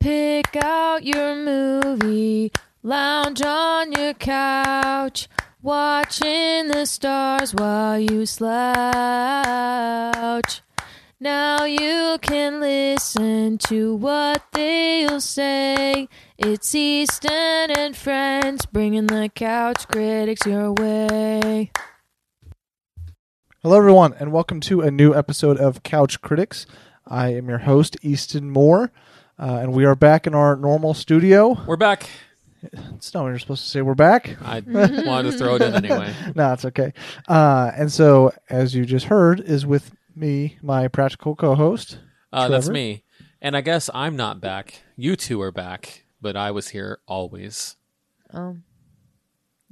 Pick out your movie, lounge on your couch, watching the stars while you slouch. Now you can listen to what they'll say. It's Easton and friends bringing the couch critics your way. Hello, everyone, and welcome to a new episode of Couch Critics. I am your host, Easton Moore, uh, and we are back in our normal studio. We're back. It's not what you're supposed to say. We're back. I wanted to throw it in anyway. no, it's okay. Uh, and so, as you just heard, is with me, my practical co-host. Uh, that's Trevor? me. And I guess I'm not back. You two are back, but I was here always. Oh,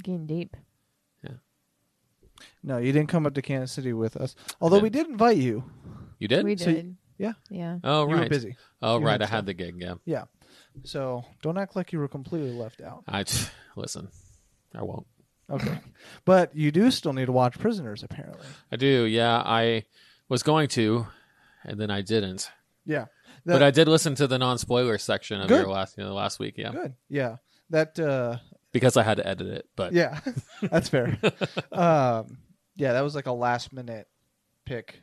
getting deep. No, you didn't come up to Kansas City with us, although we did invite you. You did? We So y- did. yeah. Yeah. Oh, You right. were busy, Oh, You right. had I had the gig. Yeah. yeah. So don't act like you were completely left out. I listen. I won't. Okay, but you do still need to watch Prisoners, apparently. I do. Yeah. I was going to, and then I didn't. Yeah, but I did listen to the non-spoiler section of Good. your last, you know, last week. Yeah. good. Yeah, that. uh Because I had to edit it. But Yeah, that's fair. um, yeah, that was like a last minute pick.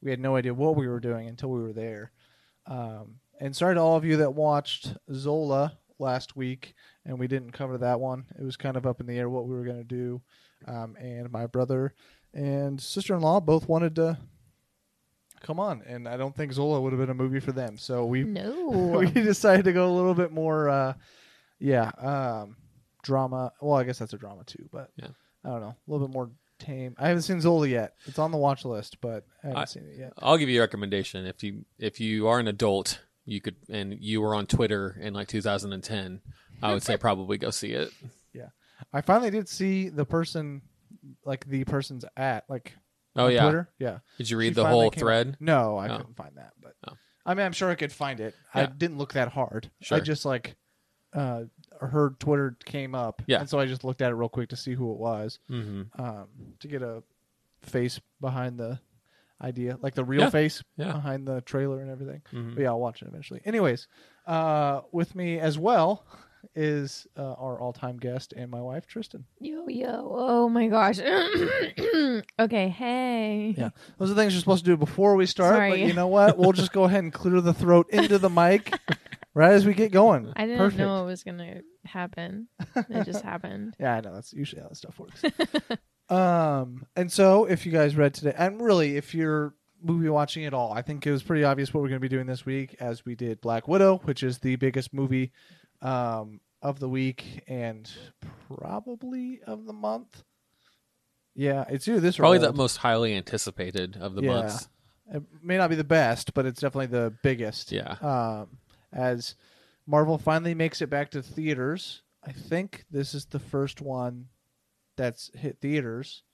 We had no idea what we were doing until we were there. Um, and sorry to all of you that watched Zola last week and we didn't cover that one. It was kind of up in the air what we were going to do. Um, and my brother and sister in law both wanted to come on. And I don't think Zola would have been a movie for them. So we we No. decided to go a little bit more uh yeah um drama well i guess that's a drama too but Yeah. i don't know a little bit more tame i haven't seen zola yet it's on the watch list but i haven't I- seen it yet I'll give you a recommendation. If you if you are an adult, you could and you were on Twitter in like 2010, I would say probably go see it. i finally did see the person like the person's at like Oh on yeah. Twitter. yeah Did you read She the finally whole came- thread? no i Oh. couldn't find that but Oh. i mean i'm sure i could find it i Yeah. didn't look that hard i Sure. just like uh heard twitter came up Yeah. and so i just looked at it real quick to see who it was Mm-hmm. um, to get a face behind the idea, like the real Yeah. face Yeah. behind the trailer and everything. Mhm. But yeah, I'll watch it eventually. Anyways, uh, with me as well is uh, our all-time guest and my wife Tristan. Yo, yo. Oh my gosh. okay. Hey. Yeah. Those are things you're supposed to do before we start, but Sorry. you know what? We'll just go ahead and clear the throat into the mic right as we get going. I didn't Perfect. know it was going to happen. It just happened. Yeah, I know. That's usually how that stuff works. um, and so if you guys read today, and really, if you're movie watching at all, I think it was pretty obvious what we're going to be doing this week, as we did Black Widow, which is the biggest movie um, of the week and probably of the month. Yeah, it's either this or Probably the old. most highly anticipated of the Yeah. months. It may not be the best, but it's definitely the biggest. Yeah. Um, as Marvel finally makes it back to theaters, I think this is the first one that's hit theaters.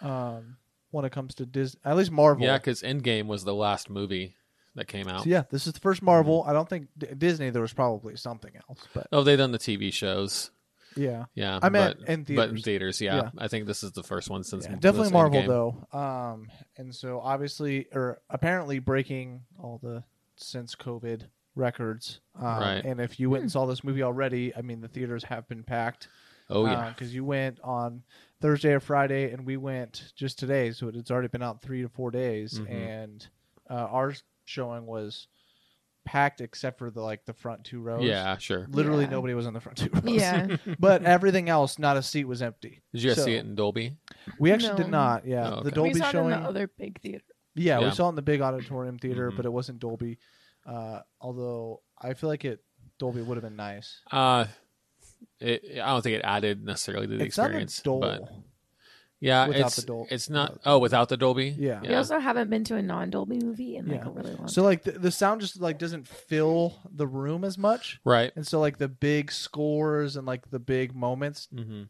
Um, when it comes to Disney, at least Marvel. Yeah, because Endgame was the last movie that came out. So, yeah, this is the first Marvel. I don't think D- Disney. There was probably something else, but Oh, they done the TV shows. yeah, Yeah, I meant Um, but, in but in theaters. theaters. Yeah. Yeah. I think this is the first one since Yeah, m- definitely since Marvel Endgame. though. Um, and so obviously, or apparently, breaking all the since COVID records. Um, Right. And if you went and saw this movie already, I mean, the theaters have been packed. Oh yeah, Because Uh, you went on Thursday or Friday, and we went just today, so it's already been out three to four days, Mhm. and uh, our showing was packed except for the like the front two rows. yeah, sure. Literally Yeah. nobody was on the front two rows. Yeah. But everything else, not a seat was empty. Did you guys So- see it in Dolby? We actually did No. not. Yeah, Oh, the okay. Dolby we saw showing. it in the other big theater. yeah, we Yeah. saw it in the big auditorium theater, Mhm. but it wasn't Dolby. Uh, although I feel like it Dolby would have been nice. Uh, it, I don't think it added necessarily to the It sounded experience. dull. But yeah, without it's the Dol- it's not. Oh, without the Dolby. Yeah. We also haven't been to a non Dolby movie in like Yeah. a really long So like the, the sound just like doesn't fill the room as much, Right. and so like the big scores and like the big moments hmm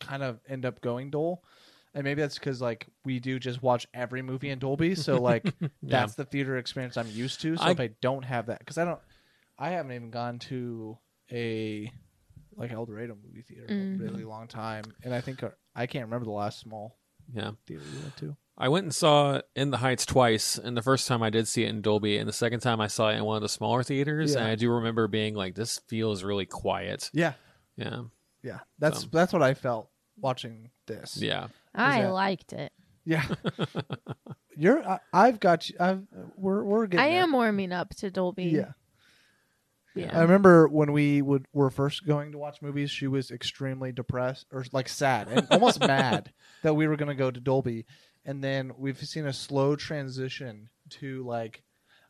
kind of end up going dull. And maybe that's because like we do just watch every movie in Dolby, so like that's the theater experience I'm used to. So I- if I don't have that, because I don't, I haven't even gone to a like El Dorado movie theater in Mhm. uh, a really long time, and I think I can't remember the last small Yeah. theater we went to. I went and saw In the Heights twice, and the first time I did see it in Dolby, and the second time I saw it in one of the smaller theaters, Yeah. and I do remember being like, "This feels really quiet." Yeah, Yeah, yeah. That's Um, that's what I felt watching this. yeah. Is I that- liked it. yeah. You're. I, I've got you. I've. We're we're getting. I there. am um, warming up to Dolby. Yeah. Um, I Yeah. remember when we would were first going to watch movies, she was extremely depressed or like sad and almost mad that we were going to go to Dolby, and then we've seen a slow transition to like,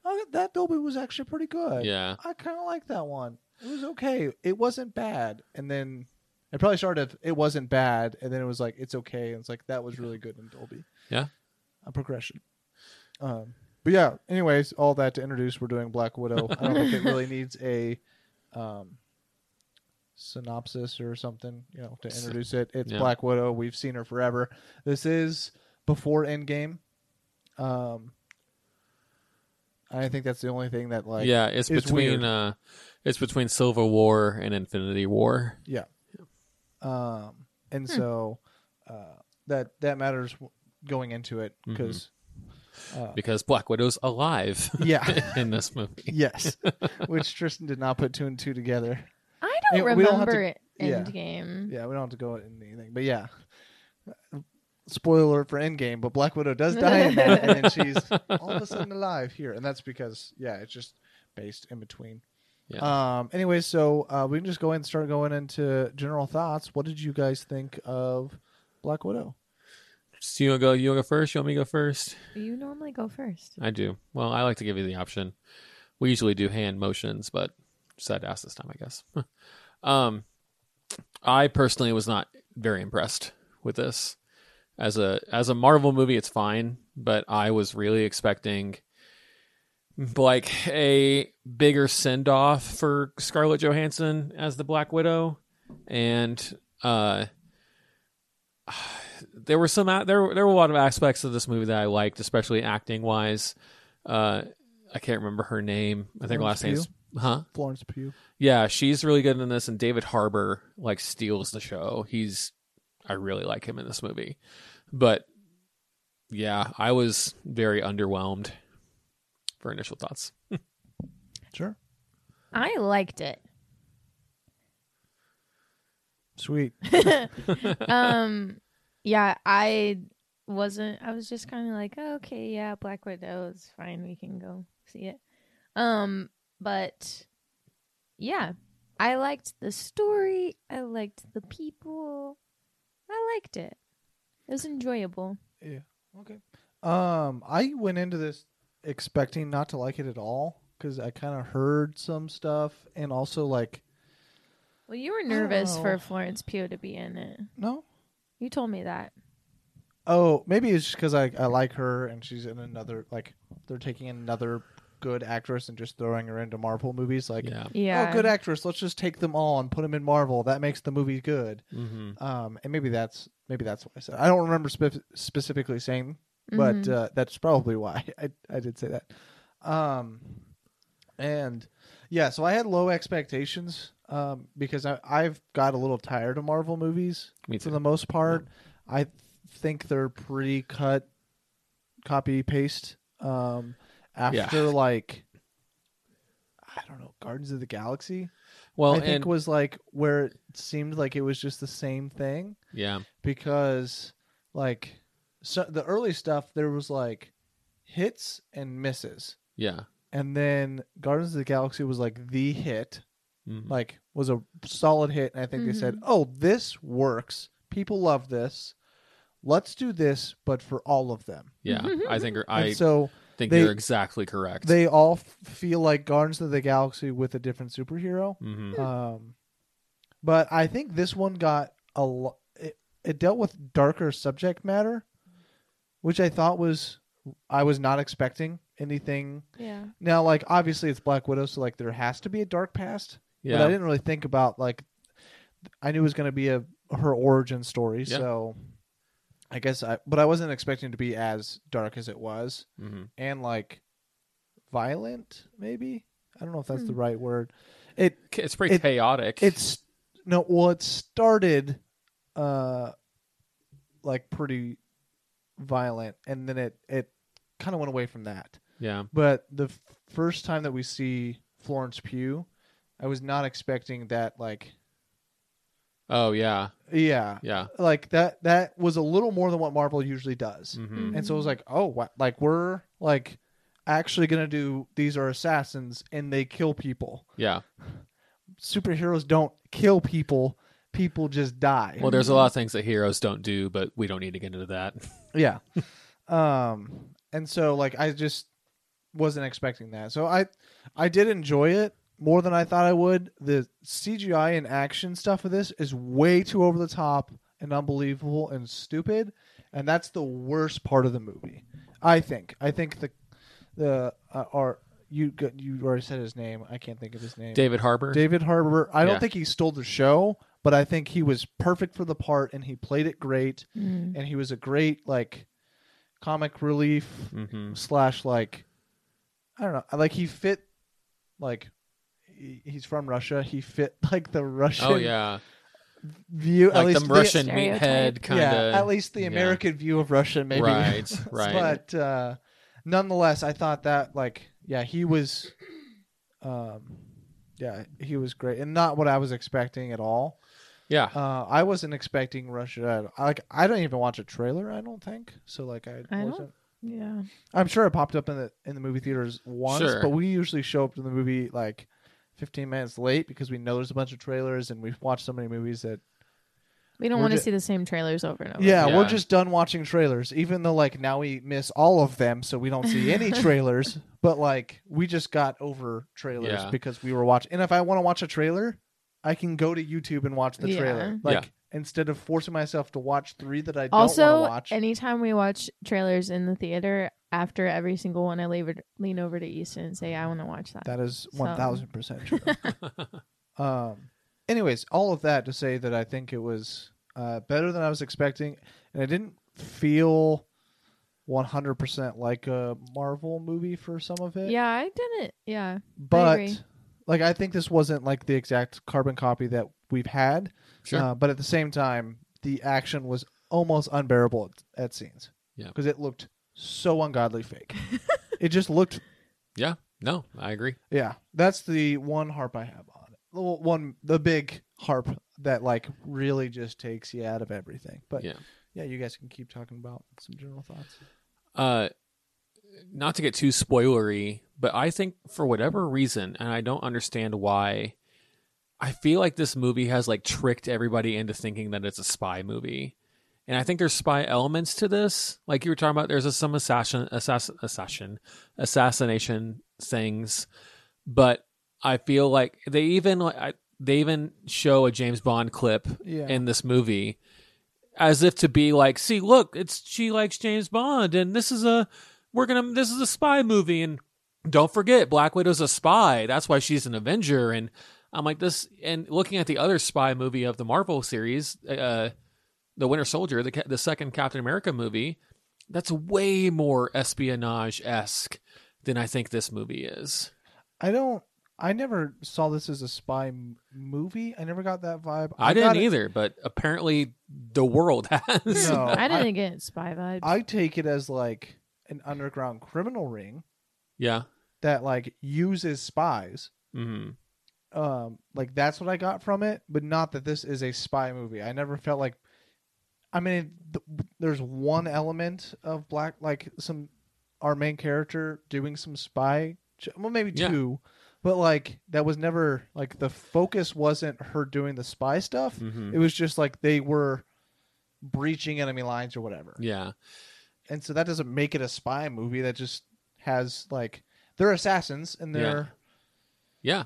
oh, that Dolby was actually pretty good. Yeah. I kind of like that one. It was okay. It wasn't bad, and then. It probably started. It wasn't bad, and then it was like it's okay, and it's like that was really good in Dolby. Yeah. a progression. Um, but yeah, anyways, all that to introduce, we're doing Black Widow. I don't think it really needs a um, synopsis or something, you know, to S- introduce it. It's yeah. Black Widow. We've seen her forever. This is before Endgame. Um, I think that's the only thing that like yeah, it's, it's between weird. uh it's between Civil War and Infinity War. um, and so uh, that that matters w- going into it because Because Black Widow's alive yeah. in this movie. Yes, which Tristan did not put two and two together. I don't Yeah, we don't have to- remember it. yeah. Endgame. Yeah, we don't have to go into anything, but yeah. Spoiler alert for Endgame, but Black Widow does die in that, and then she's all of a sudden alive here, and that's because yeah, it's just based in between. Um. Anyway, so uh, we can just go ahead and start going into general thoughts. What did you guys think of Black Widow? So you wanna go you wanna go first? You want me to go first? You normally go first. I do. Well, I like to give you the option. We usually do hand motions, but decided to ask this time, I guess. um, I personally was not very impressed with this. As a as a Marvel movie, it's fine, but I was really expecting like a bigger send off for Scarlett Johansson as the Black Widow, and uh, there were some a- there there were a lot of aspects of this movie that I liked, especially acting wise. Uh, I can't remember her name. I think her Florence last name's huh. Florence Pugh. Yeah, she's really good in this, and David Harbour like steals the show. He's I really like him in this movie, but yeah, I was very underwhelmed for initial thoughts. Sure. I liked it. Sweet. um yeah i wasn't i was just kind of like "Oh, okay yeah black widow is fine we can go see it um but yeah i liked the story i liked the people i liked it it was enjoyable Okay. Um, I went into this expecting not to like it at all because I kind of heard some stuff, and also like, well you were don't nervous know. for florence pugh to be in it no. you told me that Oh, maybe it's just because I I like her, and she's in another like they're taking another good actress and just throwing her into Marvel movies. Like, yeah, yeah oh, good actress, let's just take them all and put them in Marvel. That makes the movie good. mm-hmm. Um, and maybe that's maybe that's why I said. I don't remember spef- specifically saying but Mhm. uh, that's probably why I, I did say that. Um, and yeah, so I had low expectations um, because I, I've got a little tired of Marvel movies me for too. the most part. I think they're pretty cut, copy paste. Um, Yeah. after like, I don't know, Gardens of the Galaxy, Well, I think and was like where it seemed like it was just the same thing yeah, because like so the early stuff there was like hits and misses yeah, and then Guardians of the Galaxy was like the hit Mhm. like was a solid hit and I think they said oh this works people love this let's do this but for all of them yeah. I think I Mm-hmm. and so think they- you're exactly correct. they all f- feel like Guardians of the Galaxy with a different superhero hmm um, but I think this one got a lo- it, it dealt with darker subject matter, which I thought was I was not expecting anything. yeah Now, like obviously it's Black Widow, so like there has to be a dark past. But I Yeah, didn't really think about like I knew it was going to be a her origin story, Yeah. so I guess I but I wasn't expecting it to be as dark as it was hmm and like violent maybe. I don't know if that's the Hmm. right word. It it's pretty it- chaotic. it's no well it started uh like pretty violent, and then it it kind of went away from that. Yeah. But the f- first time that we see Florence Pugh, I was not expecting that. Like, Oh yeah. yeah, Yeah. like that that was a little more than what Marvel usually does. hmm And so I was like, oh, what? like we're like actually gonna do these are assassins and they kill people. Yeah. Superheroes don't kill people; people just die. Well, there's a lot of things that heroes don't do, but we don't need to get into that. Yeah. um and so like I just wasn't expecting that. So I I did enjoy it more than I thought I would. The CGI and action stuff of this is way too over the top and unbelievable and stupid, and that's the worst part of the movie. I think. I think the the uh, are you g- you already said his name. I can't think of his name. David Harbour. David Harbour. I don't Yeah. think he stole the show, but I think he was perfect for the part and he played it great Mm. and he was a great like comic relief hmm slash like I don't know like he fit like he, he's from Russia he fit like the Russian Oh yeah. view at Like least the the- Russian Stereotype. meathead kind of. yeah at least the yeah. American view of Russia maybe Right. Right. but uh, nonetheless I thought that like yeah he was um yeah he was great and not what I was expecting at all yeah. uh, I wasn't expecting Russia. I, like I don't even watch a trailer. I don't think so. Like I, I don't- wasn't. Yeah. I'm sure it popped up in the in the movie theaters once, Sure. but we usually show up to the movie like 15 minutes late because we know there's a bunch of trailers and we've watched so many movies that We don't We're want to ju- see the same trailers over and over. yeah, we're Yeah. just done watching trailers. Even though like now we miss all of them, so we don't see any trailers. But like we just got over trailers Yeah. because we were watching. And if I want to watch a trailer, I can go to YouTube and watch the Yeah. trailer. Yeah. Like instead of forcing myself to watch three that I don't Also, want to watch. anytime we watch trailers in the theater, after every single one, I leave it, lean over to Easton and say, "I want to watch that." That is So- one thousand percent true. um, anyways, all of that to say that I think it was uh, better than I was expecting, and I didn't feel one hundred percent like a Marvel movie for some of it. yeah, I didn't. Yeah, but agree. like I think this wasn't like the exact carbon copy that we've had. sure. Uh, but at the same time, the action was almost unbearable at, at scenes. Yeah. because it looked so ungodly fake. it just looked yeah. No, I agree. yeah, that's the one harp I have on it. The one, the big harp that like really just takes you out of everything. But Yeah. yeah, you guys can keep talking about some general thoughts. uh not to get too spoilery but i think for whatever reason and i don't understand why i feel like this movie has like tricked everybody into thinking that it's a spy movie and i think there's spy elements to this like you were talking about there's a, some assassin assassin assassin assassination things but i feel like they even like I, they even show a james bond clip Yeah, in this movie as if to be like see look it's she likes james bond and this is a we're gonna this is a spy movie and don't forget black widow's a spy that's why she's an avenger and i'm like this and looking at the other spy movie of the marvel series uh the winter soldier the, ca- the second captain america movie that's way more espionage-esque than i think this movie is I don't. I never saw this as a spy m- movie. I never got that vibe. i, got didn't it- either but apparently the world has No, I didn't get spy vibes. I take it as like an underground criminal ring yeah that like uses spies. hmm um like that's what I got from it, but not that this is a spy movie. I never felt like I mean th- there's one element of black like some our main character doing some spy j- well maybe Yeah. two but like that was never like the focus wasn't her doing the spy stuff. Mhm. It was just like they were breaching enemy lines or whatever. Yeah. And so that doesn't make it a spy movie that just has like they're assassins and Yeah. they're Yeah.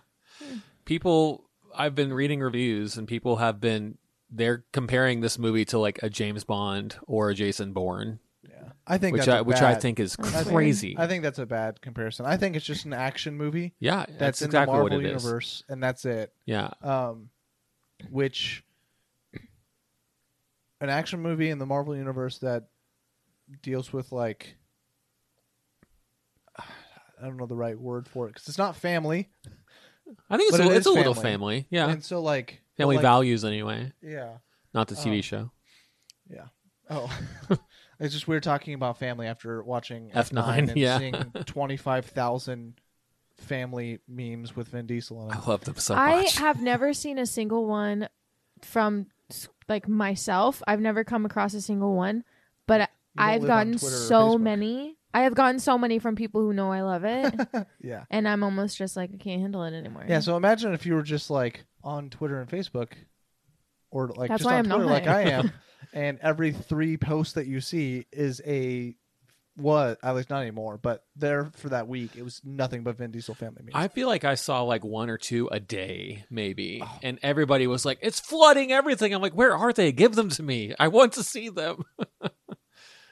People I've been reading reviews and people have been they're comparing this movie to like a James Bond or a Jason Bourne, yeah. I think which that's I a which I bad- think is That's weird. crazy. I think that's a bad comparison. I think it's just an action movie yeah, that's, that's, in exactly the what Marvel it is. universe, and that's it. Yeah. Um, which an action movie in the Marvel universe that deals with like I don't know the right word for it because it's not family, I think it's But a, it it's a is little family. family. Yeah. and so like Oh. family like, values anyway, Yeah. not the TV Um, show. Oh, It's just we were talking about family after watching F9, and yeah. seeing twenty five thousand family memes with Vin Diesel. In I it. love them so I much. have never seen a single one from s- like myself. I've never come across a single one, but don't I've live on gotten Twitter or so Facebook. many. I have gotten so many from people who know I love it, Yeah, and I'm almost just like I can't handle it anymore. yeah. So imagine if you were just like on Twitter and Facebook, or like That's just why I'm on Twitter, not. like I am, and every three posts that you see is a what at least not anymore, but there for that week it was nothing but Vin Diesel family memes. I feel like I saw like one or two a day, maybe, Oh. and everybody was like, "It's flooding everything." I'm like, "Where are they? Give them to me. I want to see them."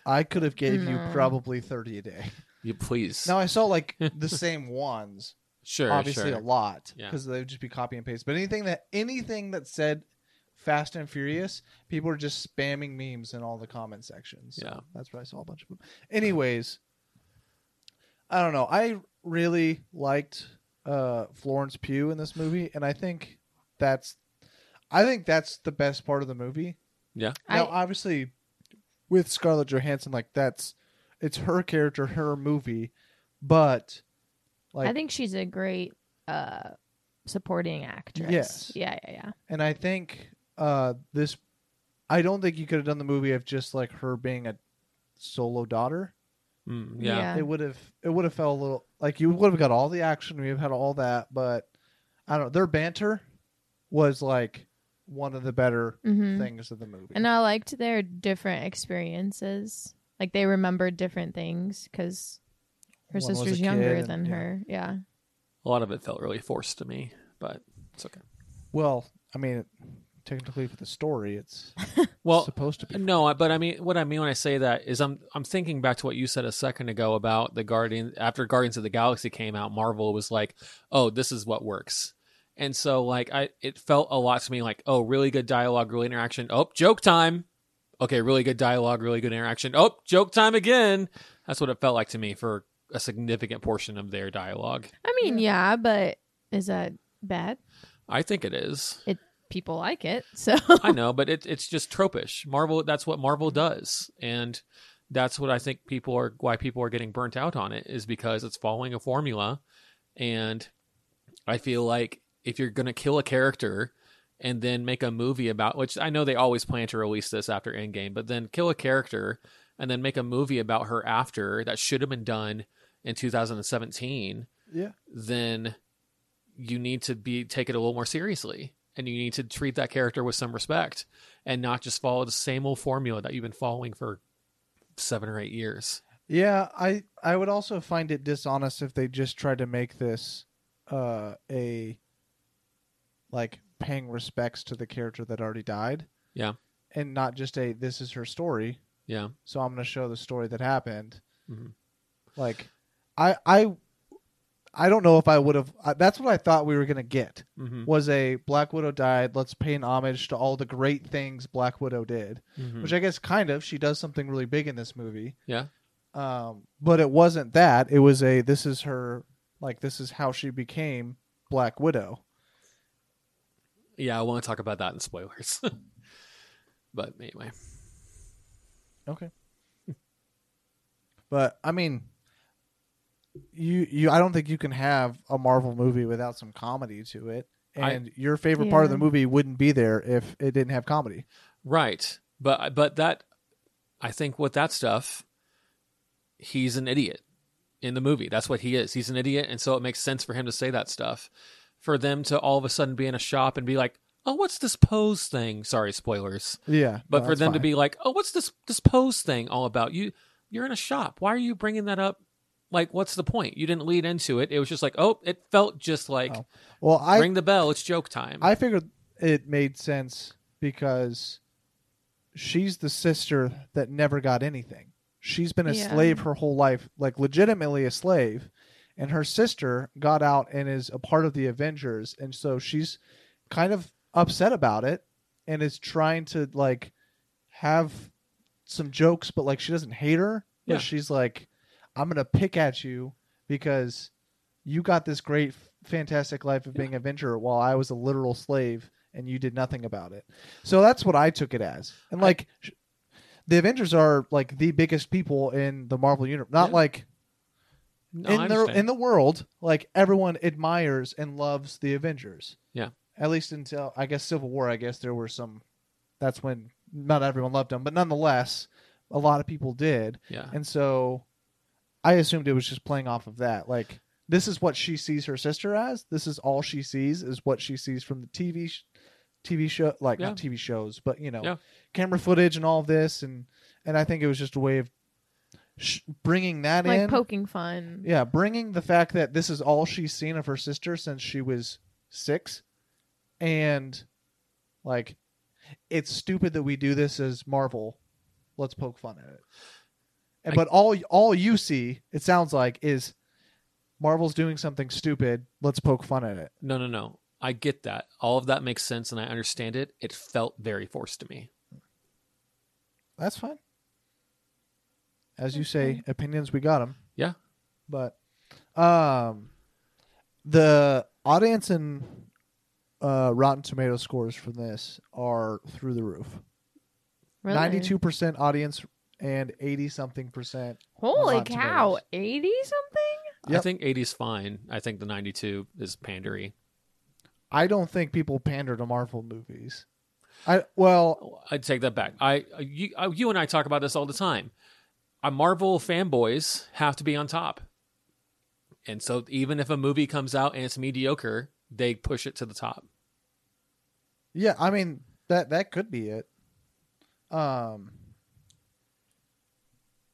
I could have gave you No. probably thirty a day. you please, Now I saw like the same ones, sure, obviously sure. a lot, Yeah. because they would just be copy and paste. But anything that anything that said Fast and Furious, people were just spamming memes in all the comment sections. So Yeah. that's what I saw a bunch of them. Anyways, I don't know. I really liked uh, Florence Pugh in this movie, and I think that's, I think that's the best part of the movie. Yeah. Now, I- obviously, with Scarlett Johansson, like that's it's her character, her movie, but like, I think she's a great uh, supporting actress. Yes. Yeah, yeah, yeah. and I think uh, this, I don't think you could have done the movie of just like her being a solo daughter. Mm, yeah. It would have, it would have felt a little like you would have got all the action, we have had all that, but I don't know. Their banter was like one of the better Mhm. things of the movie. And I liked their different experiences. Like they remembered different things because her One was sister's a younger kid and- than yeah. her. Yeah. A lot of it felt really forced to me, but it's okay. Well, I mean, technically for the story, it's Well, supposed to be. No, I- but I mean, what I mean when I say that is, I'm I'm thinking back to what you said a second ago about the Guardian. After Guardians of the Galaxy came out, Marvel was like, "Oh, this is what works," and so like I, it felt a lot to me like, "Oh, really good dialogue, really interaction." Oh, joke time. Okay, really good dialogue, really good interaction. Oh, joke time again. That's what it felt like to me for a significant portion of their dialogue. I mean, yeah, but is that bad? I think it is. People like it. So I know, but it, it's just tropish. Marvel. That's what Marvel does, and that's what I think people are why people are getting burnt out on it is because it's following a formula, and I feel like if you're gonna kill a character and then make a movie about which I know they always plan to release this after Endgame, but then kill a character and then make a movie about her after that should have been done in 2017 Yeah. then you need to be take it a little more seriously and you need to treat that character with some respect and not just follow the same old formula that you've been following for seven or eight years Yeah, I I would also find it dishonest if they just tried to make this uh a like paying respects to the character that already died. Yeah. And not just a this is her story, yeah so I'm going to show the story that happened. Mhm. Like I I I don't know if I would have I- that's what I thought we were going to get mm-hmm. was a Black Widow died, let's pay an homage to all the great things Black Widow did which I guess kind of she does something really big in this movie. Yeah. Um, but it wasn't that. It was a this is her like this is how she became Black Widow. yeah i want to talk about that in spoilers but anyway Okay. but I mean you you I don't think you can have a Marvel movie without some comedy to it. I- And your favorite part of Yeah. the movie wouldn't be there if it didn't have comedy. right but but that i think with that stuff he's an idiot in the movie that's what he is he's an idiot and so it makes sense for him to say that stuff for them to all of a sudden be in a shop and be like oh what's this pose thing sorry spoilers Yeah. but no, for that's them to fine. be like oh what's this this pose thing all about you you're in a shop why are you bringing that up like what's the point you didn't lead into it it was just like oh it felt just like Oh, Well, I ring the bell it's joke time I figured it made sense because she's the sister that never got anything. She's been a Yeah. slave her whole life, like legitimately a slave, and her sister got out and is a part of the Avengers, and so she's kind of upset about it and is trying to like have some jokes, but like she doesn't hate her, but Yeah. she's like, I'm gonna pick at you because you got this great fantastic life of being a venturer while i was a literal slave and you did nothing about it so that's what i took it as and I- like sh- the Avengers are like the biggest people in the Marvel universe. Not Yeah. like No, I in the understand. in the world, like everyone admires and loves the Avengers. Yeah. At least until I guess Civil War, I guess there were some that's when not everyone loved them, but nonetheless, a lot of people did. yeah. And so I assumed it was just playing off of that. Like this is what she sees her sister as. This is all she sees is what she sees from the TV sh- TV show like not TV shows, but you know, Yeah. camera footage and all of this and and I think it was just a way of sh- bringing that like in. poking fun. yeah, bringing the fact that this is all she's seen of her sister since she was 6 and like it's stupid that we do this as Marvel. Let's poke fun at it. And I- but all all you see, it sounds like, is Marvel's doing something stupid. Let's poke fun at it. No, no, no. I get that. All of that makes sense and I understand it. It felt very forced to me. That's fine. As you say, opinions we got them. Yeah. But um, the audience and uh, Rotten Tomato scores for this are through the roof. Really? Ninety-two percent audience and eighty something percent. Holy Rotten cow! Tomatoes. Eighty something. I Yep. think 80 is fine. I think the 92 is pandery. I don't think people pander to Marvel movies. I well, I take that back. I uh, you, I- you and I talk about this all the time. Uh, Marvel fanboys have to be on top, and so even if a movie comes out and it's mediocre, they push it to the top. yeah, I mean that that could be it. Um,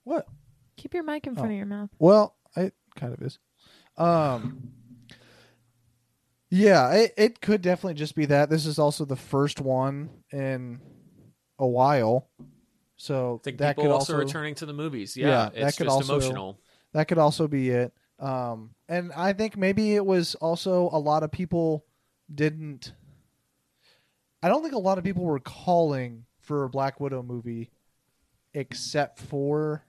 what? Keep your mic in front Oh. of your mouth. Well, it kind of is. Um, yeah, it, it could definitely just be that. This is also the first one in a while, so I think that could people also, also returning to the movies. Yeah, Yeah, that it's could just also- emotional. that could also be it. Um, and I think maybe it was also a lot of people didn't. I don't think a lot of people were calling for a Black Widow movie, except for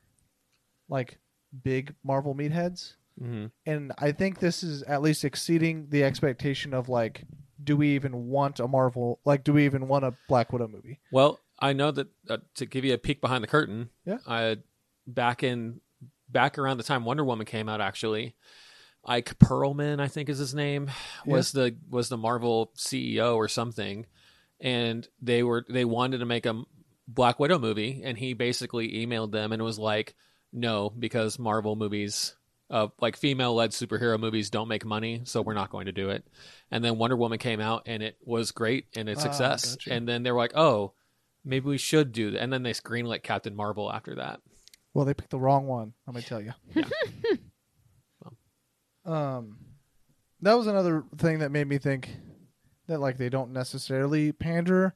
like big Marvel meatheads. hmm and I think this is at least exceeding the expectation of like, do we even want a Marvel? Like, do we even want a Black Widow movie? Well, I know that uh, to give you a peek behind the curtain. Yeah. I back in back around the time Wonder Woman came out, actually, Ike Perlman, I think is his name, was the was the Marvel CEO or something, and they were they wanted to make a Black Widow movie, and he basically emailed them and was like, "No, because Marvel movies." Uh, like female led superhero movies don't make money, so we're not going to do it. And then Wonder Woman came out and it was great and Ah, a success. gotcha. And then they were like, oh, maybe we should do that. And then they greenlit Captain Marvel after that. Well, they picked the wrong one. Let me tell you. um, that was another thing that made me think that like they don't necessarily pander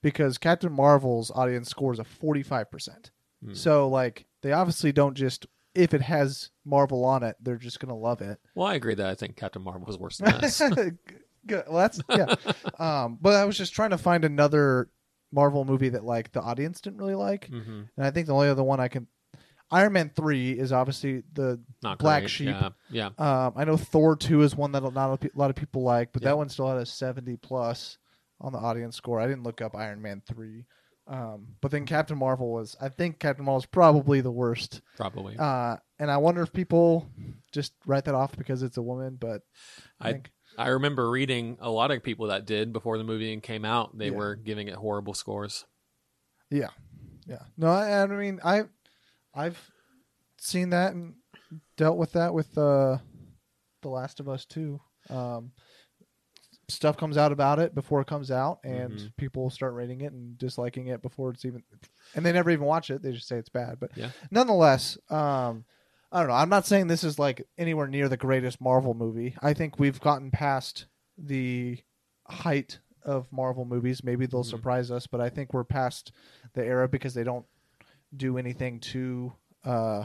because Captain Marvel's audience scores a forty five percent. Hmm. So like they obviously don't just if it has Marvel on it, they're just gonna love it. Well, I agree that I think Captain Marvel was worse than this. Good. Well, that's yeah. um, but I was just trying to find another Marvel movie that like the audience didn't really like, hmm and I think the only other one I can, Iron Man three is obviously the. Not Black great. Sheep. Yeah. yeah. Um, I know Thor two is one that not a pe- lot of people like, but Yeah. that one still had a seventy plus on the audience score. I didn't look up Iron Man three, um, but then Captain Marvel was. I think Captain Marvel is probably the worst, Probably. uh, and I wonder if people just write that off because it's a woman. But I I- think I remember reading a lot of people that did before the movie came out. They Yeah. were giving it horrible scores. Yeah. No, I, I mean I I've seen that and dealt with that with uh The Last of Us too. Um stuff comes out about it before it comes out and Mhm. people start rating it and disliking it before it's even and they never even watch it. They just say it's bad. But Yeah. nonetheless, um I don't know. I'm not saying this is like anywhere near the greatest Marvel movie. I think we've gotten past the height of Marvel movies. Maybe they'll Mhm. surprise us, but I think we're past the era because they don't do anything too uh,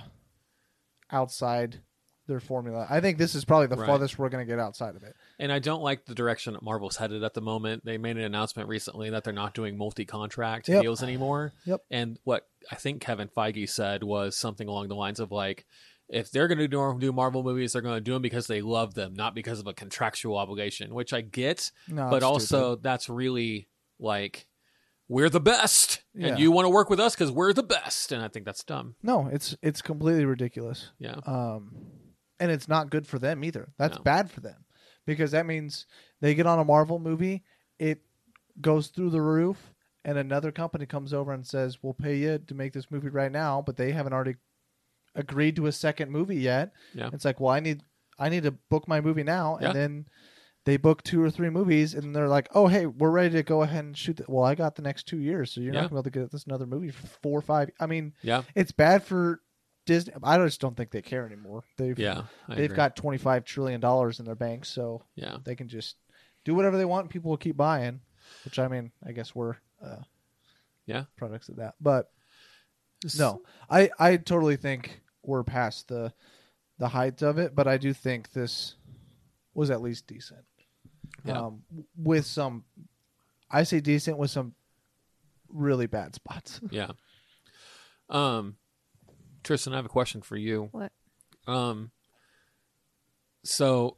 outside their formula. I think this is probably the Right. farthest we're going to get outside of it. And I don't like the direction that Marvel's headed at the moment. They made an announcement recently that they're not doing multi-contract Yep. deals anymore. Yep. And what I think Kevin Feige said was something along the lines of like, if they're going to do, do Marvel movies, they're going to do them because they love them, not because of a contractual obligation, which I get. No, but it's stupid. also, that's really like we're the best, Yeah. and you want to work with us because we're the best. And I think that's dumb. No, it's it's completely ridiculous. Yeah. Um, and it's not good for them either. That's No. bad for them because that means they get on a Marvel movie, it goes through the roof, and another company comes over and says, "We'll pay you to make this movie right now," but they haven't already agreed to a second movie yet. Yeah. It's like, well, I need I need to book my movie now, Yeah. and then they book two or three movies, and they're like, "Oh, hey, we're ready to go ahead and shoot." The- well, I got the next two years, so you're Yeah. not going to be able to get this another movie for four or five. I mean, Yeah. it's bad for Disney. I just don't think they care anymore. They've Yeah. I they've agree. got twenty five trillion dollars in their bank, so yeah. they can just do whatever they want. and People will keep buying, which I mean, I guess we're uh, Yeah. products of that. But no, I I totally think we're past the the height of it, but I do think this was at least decent. Yeah. Um, with some, I say decent with some really bad spots. Yeah. Um, Tristan, I have a question for you. What? Um, so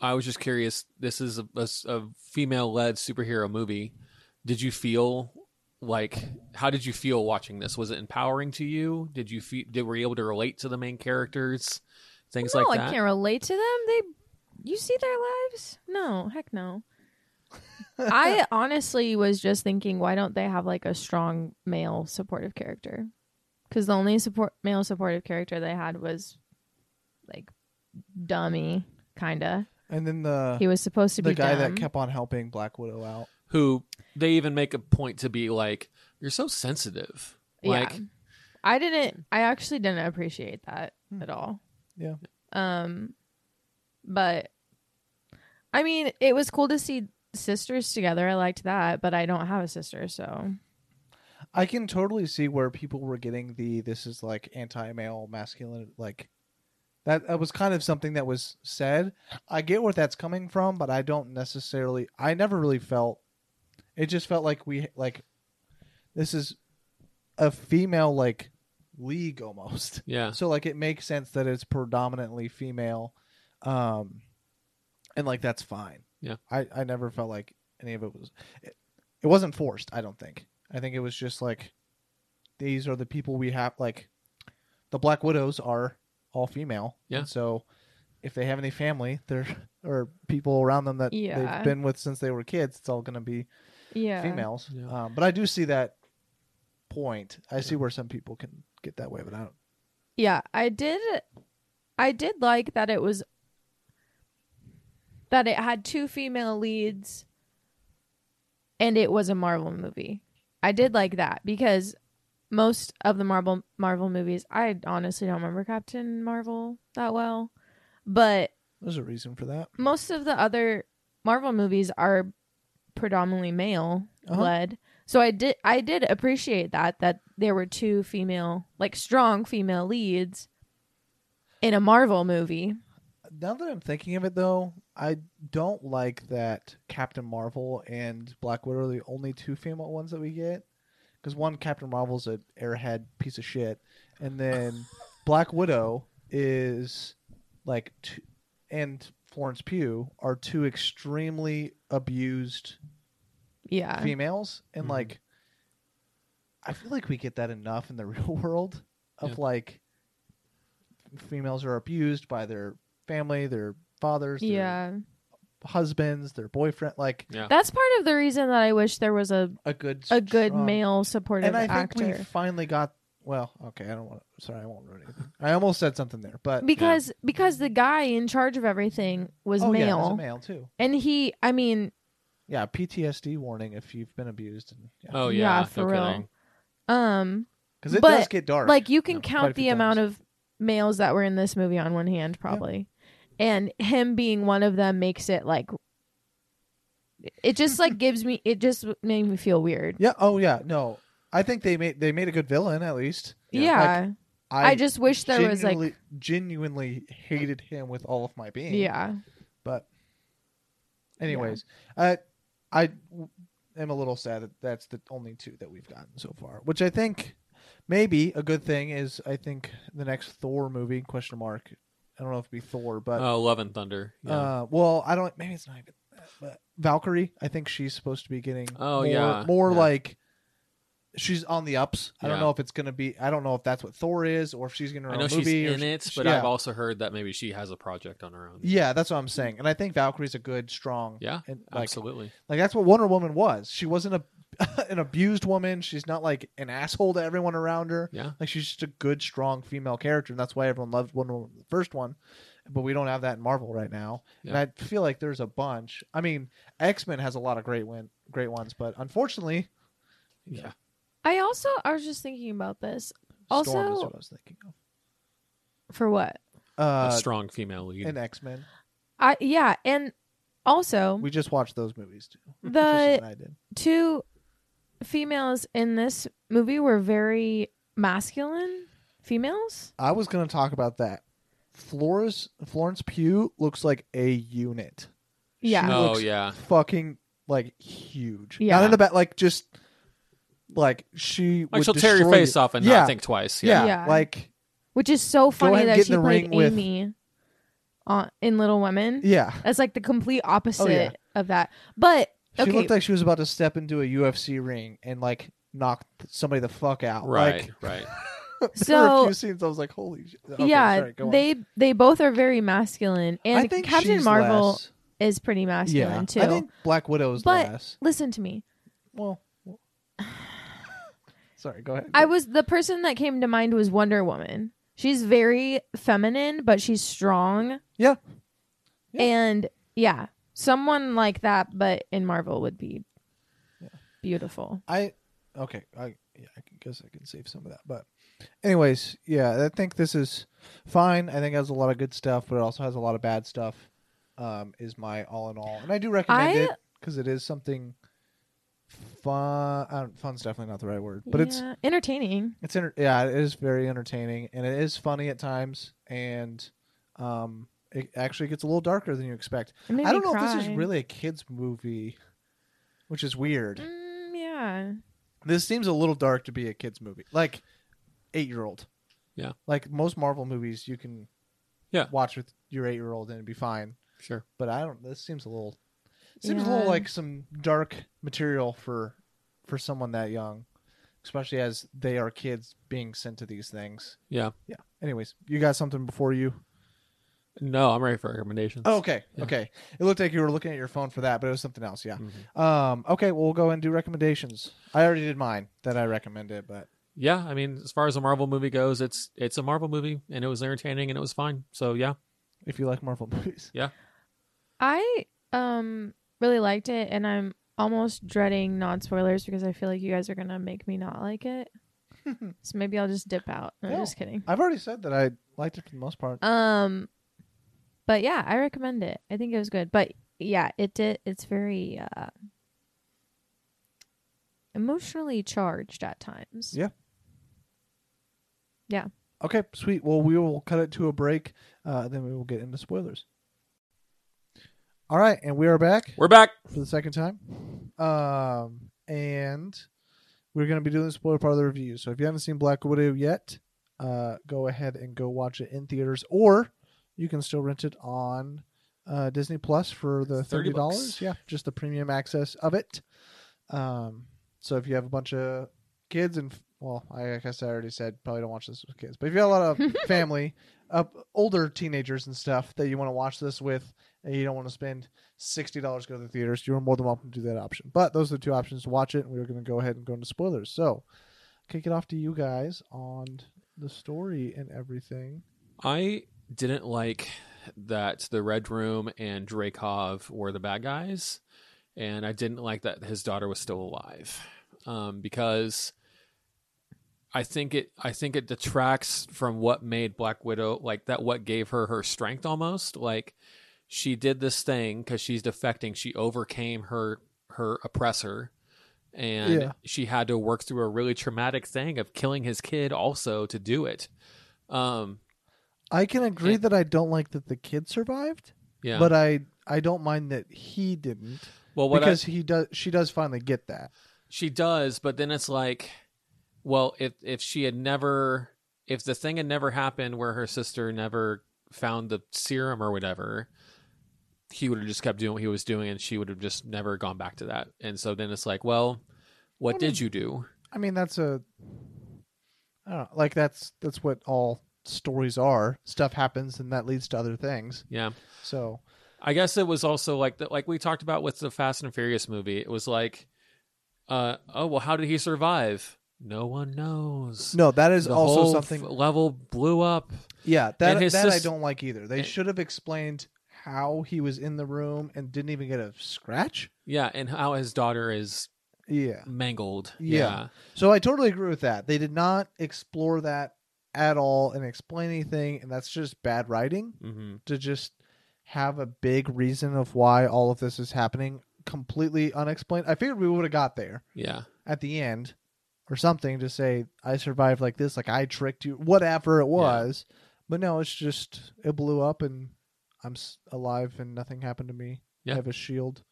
I was just curious. This is a, a s- a female-led superhero movie. Did you feel like how did you feel watching this? Was it empowering to you? Did you feel did were you able to relate to the main characters? Things no, like I that. can't relate to them. They, you see their lives? No, heck no. I honestly was just thinking, why don't they have like a strong male supportive character? Because the only support male supportive character they had was like dummy, kinda. And then the He was supposed to the be guy dumb. that kept on helping Black Widow out. Who they even make a point to be like, you're so sensitive. Like, yeah. I didn't I actually didn't appreciate that Hmm. at all. Yeah. Um but I mean, it was cool to see sisters together. I liked that, but I don't have a sister, so I can totally see where people were getting the this is like anti male masculine like that that was kind of something that was said. I get where that's coming from, but I don't necessarily I never really felt it just felt like we like this is a female like league almost. yeah. So like it makes sense that it's predominantly female. Um and like that's fine. Yeah. I I never felt like any of it was it, it wasn't forced, I don't think. I think it was just like these are the people we have like the Black Widows are all female. Yeah. And so if they have any family, they're or people around them that Yeah. they've been with since they were kids, it's all going to be yeah. females. Yeah. Um, but I do see that point. I see where some people can get that way, but I don't. Yeah, I did I did like that it was that it had two female leads and it was a Marvel movie. I did like that because most of the Marvel Marvel movies, I honestly don't remember Captain Marvel that well, but There's a reason for that. most of the other Marvel movies are predominantly male Uh-huh. led. So I did I did appreciate that that there were two female like strong female leads in a Marvel movie. Now that I'm thinking of it, though, I don't like that Captain Marvel and Black Widow are the only two female ones that we get. Because one, Captain Marvel's an airhead piece of shit, and then Black Widow is like, t- and Florence Pugh are two extremely abused Yeah. Mm-hmm. females, and Mhm. like, I feel like we get that enough in the real world of Yeah. like, females are abused by their family, their fathers, their yeah. husbands, their boyfriend, like That's part of the reason that I wish there was a a good a good strong- male supportive And I think actor. we finally got. Well, okay, I don't want. to Sorry, I won't ruin anything. I almost said something there, but because because the guy in charge of everything was oh male, yeah, there's a male too. and he I mean Yeah, PTSD warning if you've been abused, and Oh yeah. Yeah, for no real. kidding. um because it but, does get dark. like you can No, quite a count the few amount of males that were in this movie on one hand probably and him being one of them makes it like it just like gives me it just made me feel weird yeah, oh yeah, no, I think they made they made a good villain at least. yeah, Like, I, just wish there was like genuinely- genuinely hated him with all of my being. yeah But, anyways, uh, I I w- am a little sad that that's the only two that we've gotten so far, which I think maybe a good thing is I think the next Thor movie question mark. I don't know if it'd be Thor, but Oh, Love and Thunder. Yeah. uh, well, I don't. Maybe it's not even. Valkyrie. I think she's supposed to be getting Oh, more, yeah, more yeah. like she's on the ups. I don't Yeah. know if it's gonna be. I don't know if that's what Thor is or if she's gonna. I know she's movie or in it, but yeah. I've also heard that maybe she has a project on her own. Yeah, that's what I'm saying, and I think Valkyrie's a good, strong. Yeah, and like, absolutely. like that's what Wonder Woman was. She wasn't a an abused woman. She's not like an asshole to everyone around her. Yeah. Like she's just a good, strong female character, and that's why everyone loved Wonder Woman the first one. But we don't have that in Marvel right now, and Yeah. I feel like there's a bunch. I mean, X Men has a lot of great win, great ones, but unfortunately, Yeah. I also I was just thinking about this. Also, Storm is what I was thinking of. for what? a Uh, strong female lead. and X Men, I yeah, and also we just watched those movies too. The- Trisha and I did. two females in this movie were very masculine females. I was going to talk about that. Flores Florence Pugh looks like a unit. She Yeah. oh looks yeah, fucking like huge. Yeah. Not in the back, like just like she. like would she'll tear your destroy face you. off and Yeah. not think twice. Yeah, Yeah. like Which is so funny ahead and that get she in the played ring with- Amy on, in Little Women. yeah. Oh, That's like the complete opposite yeah. of that. But She okay, looked like she was about to step into a UFC ring and like knock somebody the fuck out. Right, Like, right. there were a so few scenes I was like, holy. Shit. Okay, yeah, sorry, go on. they they both are very masculine, I and think Captain she's Marvel less- is pretty masculine yeah. too. I think Black Widow's But- less. Listen to me. Well. well. Sorry, go ahead. I was the person that came to mind was Wonder Woman. She's very feminine, but she's strong. Yeah. Yeah. And yeah, someone like that, but in Marvel would be beautiful. I okay. I yeah. I guess I can save some of that. But anyways, yeah. I think this is fine. I think it has a lot of good stuff, but it also has a lot of bad stuff. Um, is my all in all, and I do recommend I- it because it is something fun. I don't, fun's definitely not the right word, but it's Yeah, entertaining. it's enter- yeah, it is very entertaining and it is funny at times, and um, it actually gets a little darker than you expect. It made I me don't know if this is cry. really a kids movie, which is weird Mm, yeah. this seems a little dark to be a kids movie like eight year old Yeah. like most marvel movies you can Yeah. watch with your eight year old and it'd be fine Sure. but i don't this seems a little seems a little Yeah. like some dark material for for someone that young especially as they are kids being sent to these things Yeah. yeah anyways you got something before you No, I'm ready for recommendations. oh, okay okay it looked like you were looking at your phone for that but it was something else yeah Mm-hmm. um okay well we'll go and do recommendations i already did mine that i recommended but Yeah, I mean, as far as a Marvel movie goes, it's it's a Marvel movie, and it was entertaining, and it was fine. So yeah, if you like marvel movies I um really liked it and I'm almost dreading non spoilers because I feel like you guys are gonna make me not like it. so maybe I'll just dip out. No, No. just kidding. I've already said that I liked it for the most part. Um, but yeah, I recommend it. I think it was good. But yeah, it did. It's very uh, emotionally charged at times. Yeah. Okay, sweet. Well, we will cut it to a break, uh, then we will get into spoilers. All right, and we are back we're back. for the second time, um, and we're going to be doing the spoiler part of the review. So if you haven't seen Black Widow yet, uh, go ahead and go watch it in theaters, or you can still rent it on uh, Disney Plus for the thirty 30 dollars. bucks. Yeah, just the premium access of it. Um, so if you have a bunch of kids and well, I guess I already said probably don't watch this with kids, but if you have a lot of family, uh, older teenagers and stuff that you want to watch this with, and you don't want to spend sixty dollars to go to the theaters, you're more than welcome to do that option. But those are the two options to watch it, and we are going to go ahead and go into spoilers. So, kick it off to you guys on the story and everything. I didn't like that the Red Room and Dracov were the bad guys, and I didn't like that his daughter was still alive, um, because I think it I think it detracts from what made Black Widow like that what gave her her strength almost like she did this thing because she's defecting she overcame her her oppressor and Yeah. she had to work through a really traumatic thing of killing his kid also to do it um I can agree Yeah. that I don't like that the kid survived, yeah but I I don't mind that he didn't Well, what I, because he does she does finally get that. she does, but then it's like, well, if if she had never, if the thing had never happened where her sister never found the serum or whatever, he would have just kept doing what he was doing and she would have just never gone back to that. And so then it's like, well, what I did mean- you do? I mean, that's a. I don't know, like that's that's what all stories are. Stuff happens and that leads to other things. Yeah. So I guess it was also like that like we talked about with the Fast and Furious movie. It was like uh oh well how did he survive? No one knows. no, that is The also whole something. f- level blew up. yeah, that and that his I sis- don't like either. They and- should have explained how he was in the room and didn't even get a scratch. Yeah, and how his daughter is Yeah. mangled. Yeah. So I totally agree with that. They did not explore that at all and explain anything, and that's just bad writing hmm to just have a big reason of why all of this is happening completely unexplained. I figured we would have got there Yeah. at the end or something to say I survived like this, like I tricked you, whatever it was. But no, it's just it blew up and I'm s- alive and nothing happened to me. Yeah. I have a shield.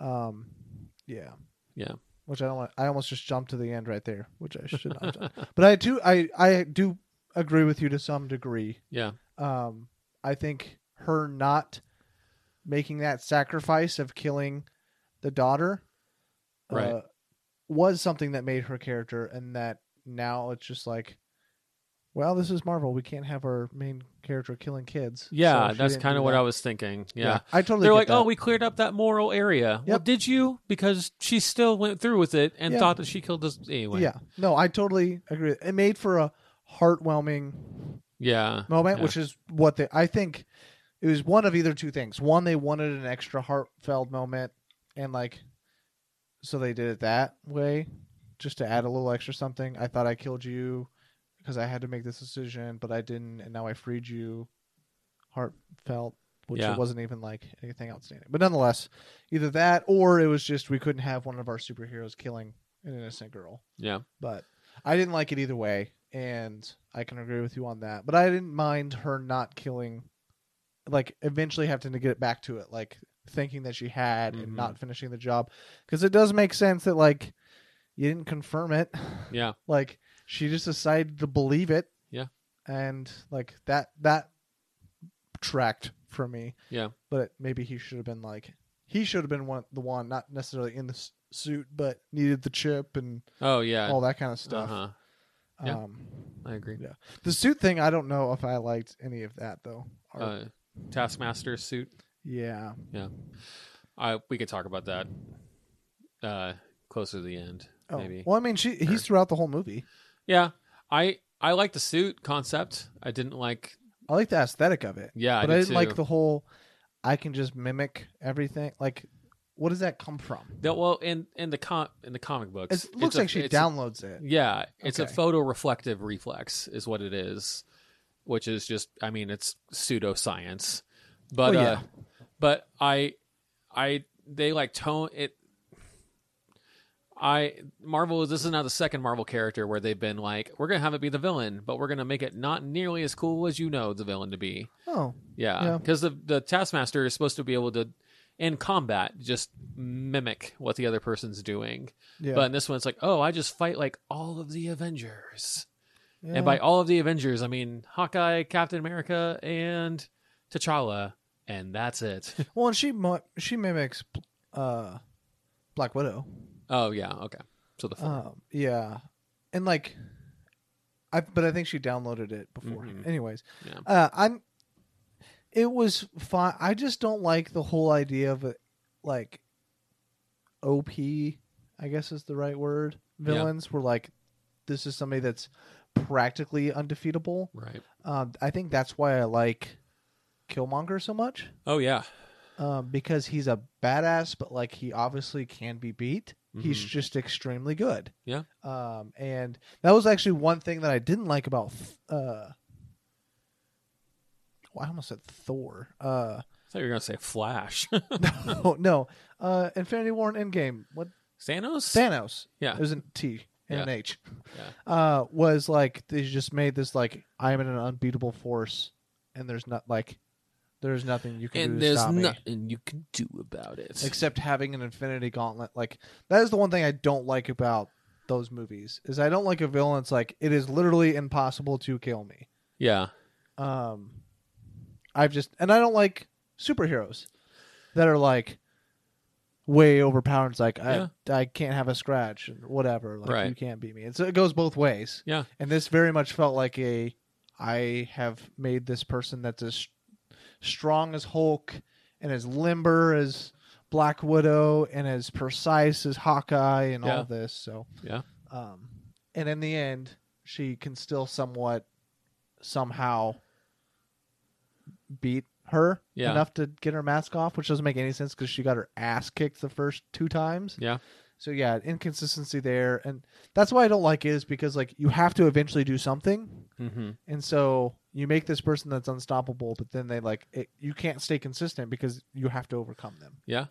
Um, yeah, Yeah. Which I don't. want- I almost just jumped to the end right there, which I should not. have done. But I do. I I do agree with you to some degree. Yeah. Um, I think her not making that sacrifice of killing the daughter Right. uh, was something that made her character and that now it's just like well this is marvel we can't have our main character killing kids Yeah, that's kind of what I was thinking. Yeah. i totally They're get like, that. oh, we cleared up that moral area. Well, Yep. did you? Because she still went through with it and Yeah. thought that she killed us anyway. yeah no i totally agree it made for a heartwhelming Yeah. moment Yeah. which is what they i think it was one of either two things one they wanted an extra heartfelt moment and like so they did it that way just to add a little extra something i thought i killed you because i had to make this decision but i didn't and now i freed you heartfelt which Yeah. it wasn't even like anything outstanding but nonetheless either that or it was just we couldn't have one of our superheroes killing an innocent girl Yeah. but I didn't like it either way, and I can agree with you on that. But I didn't mind her not killing, like eventually having to get back to it, like thinking that she had and Mhm. not finishing the job, because it does make sense that like you didn't confirm it, Yeah. like she just decided to believe it, Yeah. and like that that tracked for me, Yeah. but maybe he should have been like he should have been one the one not necessarily in the s- suit, but needed the chip and Oh, yeah. all that kind of stuff. Uh-huh. Yeah. Um, I agree. the suit thing, I don't know if I liked any of that though. Or- Uh, Taskmaster suit. yeah, I we could talk about that uh, closer to the end, oh. maybe. Well, I mean, she he's Or- throughout the whole movie. Yeah. I I like the suit concept. I didn't like. I like the aesthetic of it, Yeah, but I, I, did didn't too. like the whole. I can just mimic everything. Like, what does that come from? The- well in in the com in the comic books. It looks it's a- like she it's a- downloads it. Yeah, it's Okay. a photoreflective reflex, is what it is, which is just, I mean, it's pseudoscience, but Well, uh, but I, I they like tone it. I Marvel. This is now the second Marvel character where they've been like, we're gonna have it be the villain, but we're gonna make it not nearly as cool as you know the villain to be. Oh, Yeah, Yeah. because the the Taskmaster is supposed to be able to, in combat, just mimic what the other person's doing. yeah. But in this one, it's like, oh, I just fight like all of the Avengers. Yeah. And by all of the Avengers, I mean Hawkeye, Captain America, and T'Challa. And that's it. well, and she mu- she mimics uh, Black Widow. oh, yeah. Okay. So the four. Um, yeah, and like, I but I think she downloaded it before. Mhm. Anyways, Yeah. uh, I'm. It was fine. I just don't like the whole idea of a, like, OP. I guess is the right word. Yeah. Villains were like, this is somebody that's practically undefeatable. right. Um, I think that's why I like Killmonger so much, Oh, yeah. um, because he's a badass, but like he obviously can be beat he's Mhm. just extremely good. Yeah. Um, and that was actually one thing that I didn't like about. Th- Uh, well, I almost said Thor. Uh, I thought you were going to say Flash. no, no. Uh, Infinity War and Endgame. What Thanos? Thanos? yeah. There's an T and an Yeah. H. Yeah. Uh, was like they just made this like I'm in an unbeatable force, and there's not like there's nothing you can do and to there's stop me. nothing you can do about it. except having an infinity gauntlet like that is the one thing i don't like about those movies is i don't like a villain it's like it is literally impossible to kill me yeah. um i've just and i don't like superheroes that are like way overpowered. It's like Yeah. I I can't have a scratch and whatever. Like Right. you can't beat me. And so it goes both ways. Yeah. And this very much felt like a I have made this person that's as strong as Hulk and as limber as Black Widow and as precise as Hawkeye and Yeah. all this. So Yeah. Um, and in the end, she can still somewhat somehow beat her Yeah. enough to get her mask off, which doesn't make any sense because she got her ass kicked the first two times. Yeah. So yeah, inconsistency there, and that's why I don't like it is because like you have to eventually do something, Mm-hmm. and so you make this person that's unstoppable, but then they like it, you can't stay consistent because you have to overcome them. Yeah.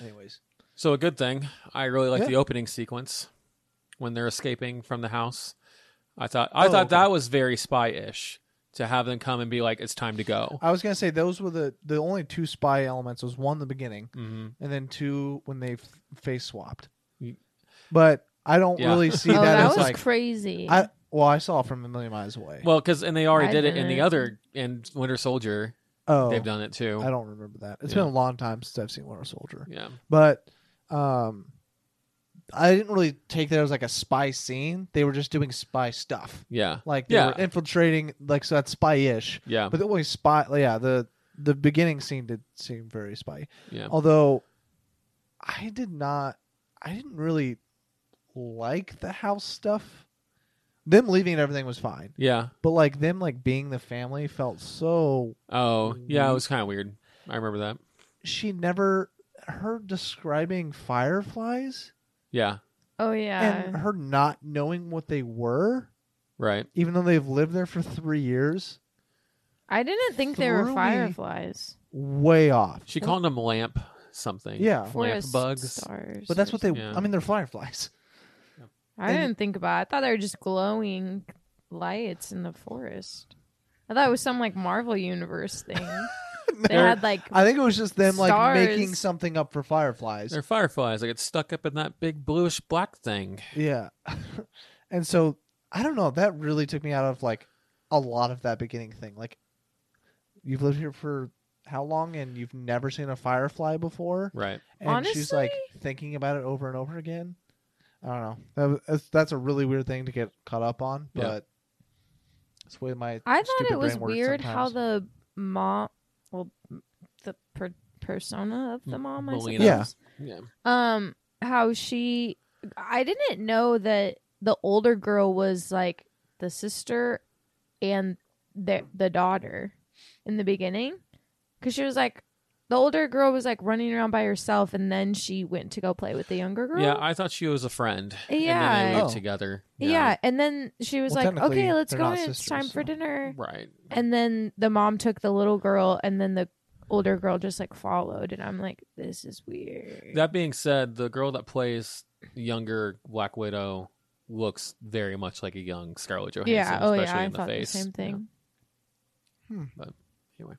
Anyways, So a good thing. I really like Yeah. the opening sequence when they're escaping from the house. I thought I Oh, thought okay. that was very spy-ish to have them come and be like, "It's time to go." I was gonna say those were the the only two spy elements was one the beginning, hmm and then two when they f- face swapped. You- But I don't Mm. Yeah. really see oh, that, that, as was like crazy. I well, I saw it from a million miles away. Well, because and they already I did it in the didn't. other in Winter Soldier. oh, They've done it too. I don't remember that. It's Yeah. been a long time since I've seen Winter Soldier, Yeah. but um, I didn't really take that as like a spy scene. They were just doing spy stuff, Yeah. like they Yeah. were infiltrating, like so that's spy-ish. Yeah. But the only spy, yeah, the the beginning scene did seem very spy. yeah. Although I did not I didn't really like the house stuff. Them leaving and everything was fine. Yeah. But like them like being the family felt so Oh, yeah. Mm-hmm. It was kind of weird. I remember that. she never her describing fireflies Yeah. oh yeah. and her not knowing what they were, Right. even though they've lived there for three years, I didn't think they were threw me- fireflies. way off. She called them lamp something. Yeah. Lamp Forest bugs. stars. But that's what they Yeah. I mean they're fireflies. I and- didn't think about. It. I thought they were just glowing lights in the forest. I thought it was some like Marvel universe thing. they They're- had like I think it was just them like Stars. making something up for fireflies. They're fireflies. They get stuck up in that big bluish black thing. Yeah. and so I don't know, that really took me out of like a lot of that beginning thing. Like you've lived here for how long and you've never seen a firefly before? Right. And she's like thinking about it over and over again. I don't know. That was, that's, that's a really weird thing to get caught up on, Yeah. but it's the way my I thought stupid it was brain works weird how sometimes. the mom, well, the per- persona of the mom, I suppose. Melina. Yeah. Yeah. Um, how she, I didn't know that the older girl was like the sister and the the daughter in the beginning, because she was like. The older girl was like running around by herself, and then she went to go play with the younger girl. Yeah. I thought she was a friend. And then Yeah. they lived Oh. together. Yeah, and then she was Well, like, technically, "Okay, let's they're go not in. it's sisters, time for so- dinner." Right. And then the mom took the little girl, and then the older girl just like followed. And I'm like, this is weird. That being said, the girl that plays the younger Black Widow looks very much like a young Scarlett Johansson, yeah. Oh especially yeah. I in the thought face. the same thing. Hmm. But anyway.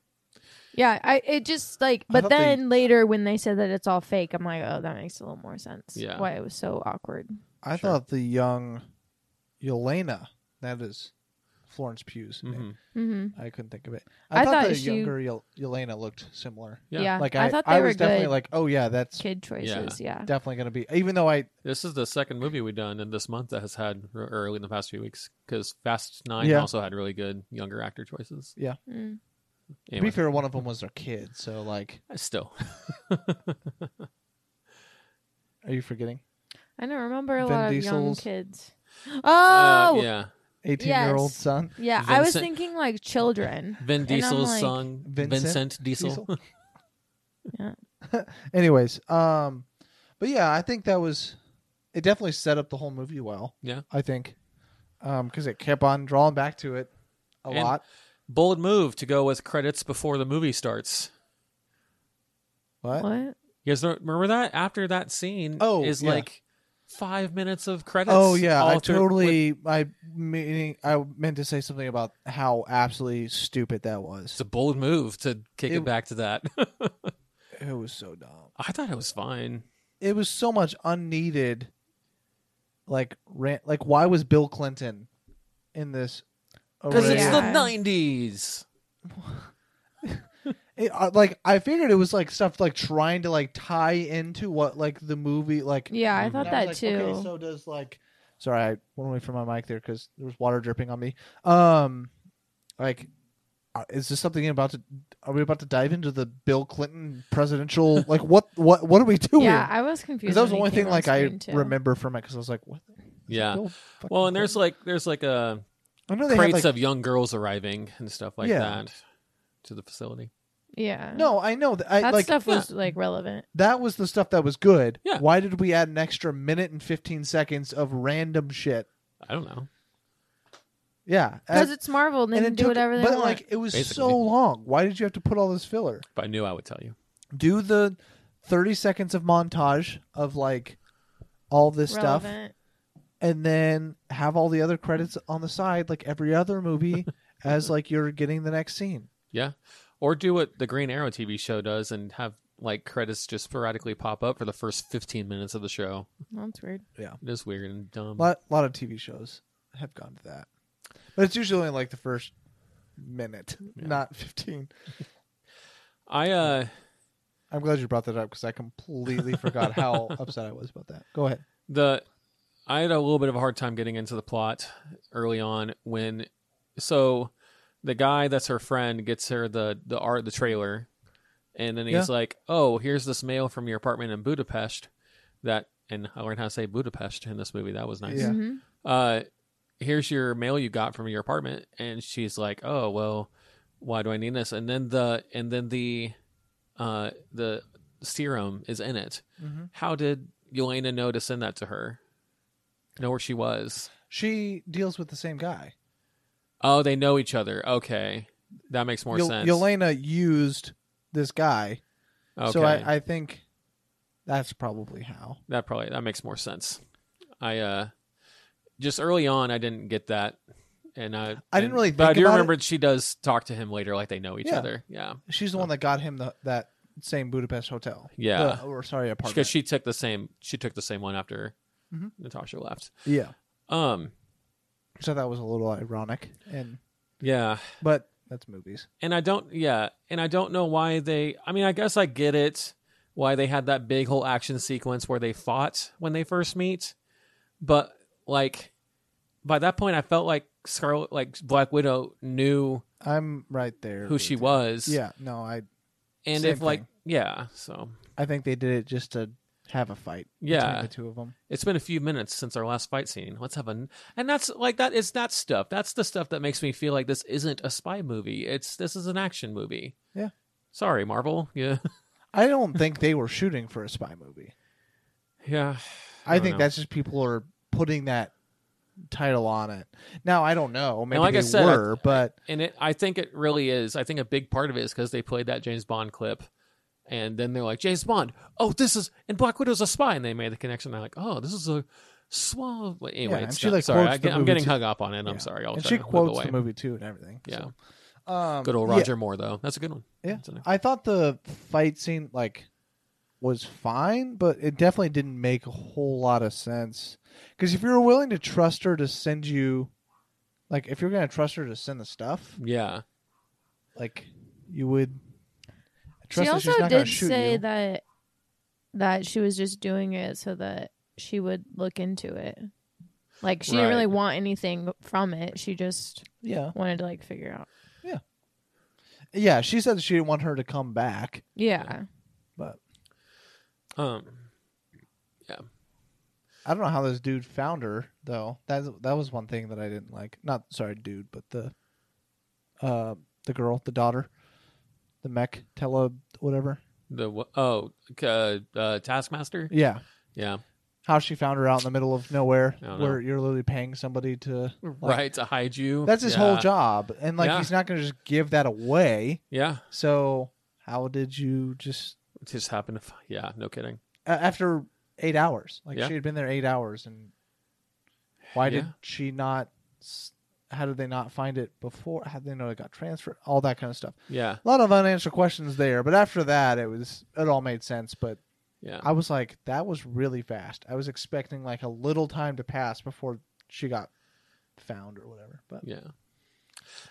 Yeah. I it just like, I but thought they- then later when they said that it's all fake, I'm like, oh, that makes a little more sense. Yeah. Why it was so awkward. I Sure. thought the young Yelena, that is Florence Pugh's Yeah. name. hmm Mm-hmm. I couldn't think of it. I, I thought, thought the she- younger Yel- Yelena looked similar. Yeah. Yeah. Like I, I, thought they were was definitely good like, oh yeah, that's kid choices. Yeah. definitely gonna be. Even though I, This is the second movie we've done in this month that has had or early in the past few weeks because Fast Nine Yeah. also had really good younger actor choices. Mm. to be Anyway, fair, one of them was their kid. So like, still, are you forgetting I don't remember a Vin lot of young Diesel's- kids. Uh, Oh. yeah. yeah, eighteen year old Yes. son? I was Vincent- thinking like children. Vin And I'm Diesel's like- son, Vincent, Vincent Diesel. Diesel? Yeah. Anyways, um, but yeah, I think that was. It definitely set up the whole movie well. Yeah. I think, um, because it kept on drawing back to it a And- lot. Bold move to go with credits before the movie starts. What? What? You guys don't remember that? After that scene, Oh, is yeah. like five minutes of credits. Oh yeah, I all through- with- totally. I meaning I meant to say something about how absolutely stupid that was. It's a bold move to kick it, It- back to that. It was so dumb. I thought it was fine. it was so much unneeded like rant like why was bill clinton in this Because Oh, array? it's yeah. the 90s. it, uh, like I figured it was like stuff like trying to like tie into what like the movie like. Yeah, I Mhm. thought And I that was too. like, Okay, so does like, sorry, I went away from my mic there because there was water dripping on me. Um, like, uh, is this something about to? Are we about to dive into the Bill Clinton presidential? like, what what what are we doing? yeah, I was confused. because that was the when he came only thing on like I screen, too. remember from it because I was like, what? Yeah. Bill fucking Well, and there's Clinton? like there's like a I know they had, crates like, of young girls arriving and stuff like Yeah. that to the facility. Yeah. no, I know that I that like stuff was like relevant. that was the stuff that was good. Yeah. Why did we add an extra minute and fifteen seconds of random shit? I don't know. Yeah, Because Uh, it's Marvel and they and can it do took- whatever they but want. like it was Basically. so long. Why did you have to put all this filler? If I knew, I would tell you. Do the thirty seconds of montage of like all this stuff, relevant. and then have all the other credits on the side, like every other movie, as like you're getting the next scene. Yeah. Or do what the Green Arrow TV show does and have like credits just sporadically pop up for the first 15 minutes of the show. That's weird. It is weird and dumb. A lot, lot of TV shows have gone to that, but it's usually only like the first minute, Yeah. not fifteen. I uh I'm glad you brought that up because I completely forgot how upset I was about that. Go ahead. the I had a little bit of a hard time getting into the plot early on when so the guy that's her friend gets her the the art the trailer and then he's like, "Oh, here's this mail from your apartment in Budapest that and I learned how to say Budapest in this movie. That was nice. Yeah. Mhm. uh, here's your mail you got from your apartment. And she's like, oh, well, why do I need this? And then the, and then the, uh, the serum is in it. Mhm. How did Yelena know to send that to her? Know where she was? She deals with the same guy. Oh, they know each other. Okay. That makes more Yel- sense. Yelena used this guy, okay. so I, I think that's probably how. that probably, that makes more sense. I, uh, just early on, I didn't get that. And I, I didn't and- really but I think do about it. remember she does talk to him later, like they know each Yeah. other. Yeah. She's the one that got him the, that same Budapest hotel. Oh. Yeah. The- or sorry, apartment. because she took the same she took the same one after Mhm. Natasha left. yeah, Um, so that was a little ironic, and yeah, but that's movies. and I don't yeah, and I don't know why they. I mean, I guess I get it why they had that big whole action sequence where they fought when they first meet, but like by that point, I felt like Scarlet, like Black Widow, knew I'm right there. who with she you. was. Yeah, no, I and same if like thing. yeah, so I think they did it just to have a fight. Yeah. between the two of them. It's been a few minutes since our last fight scene. Let's have a and that's like that is that stuff. That's the stuff that makes me feel like this isn't a spy movie. It's this is an action movie. Yeah. Sorry, Marvel. Yeah. I don't think they were shooting for a spy movie. Yeah. I, don't think know. that's just people are putting that title on it. Now I don't know. Maybe like I they said, I- were, but And it I think it really is. I think a big part of it is because they played that James Bond clip and then they're like, James Bond, oh this is and Black Widow's a spy and they made the connection. They're like, oh, this is a swell Well, anyway, and it's she, not- like, sorry, quotes I the get, I'm movie getting too. hung up on it. I'm Yeah. sorry. I'll and try she to move quotes away. the movie too and everything. Yeah. So, um, Good old yeah, Roger Moore though. That's a good one. Yeah. That's a- I thought the fight scene like was fine, but it definitely didn't make a whole lot of sense. Because if you were willing to trust her to send you, like if you're going to trust her to send the stuff, Yeah. like you would. Trust she that she's also not gonna did shoot say you. that that she was just doing it so that she would look into it. Like she didn't Right. really want anything from it. She just Yeah. wanted to like figure out. Yeah, she said she didn't want her to come back, Yeah. but Um, I don't know how this dude found her though. That that was one thing that I didn't like. Not sorry, dude, but the uh the girl, the daughter, the mech tele whatever. the wh- oh, uh, uh, Taskmaster. Yeah, Yeah, how she found her out in the middle of nowhere, I don't know. where you're literally paying somebody to like, right to hide you. That's his yeah. whole job, and like Yeah. he's not going to just give that away. Yeah, So how did you just it just happened. To, fi- yeah, no kidding. a- after eight hours. Like Yeah. she had been there eight hours, and why did Yeah. she not? s- How did they not find it before? How did they know it got transferred? All that kind of stuff. Yeah, A lot of unanswered questions there, but after that, it was it all made sense. But yeah, I was like, that was really fast. I was expecting like a little time to pass before she got found or whatever. But yeah.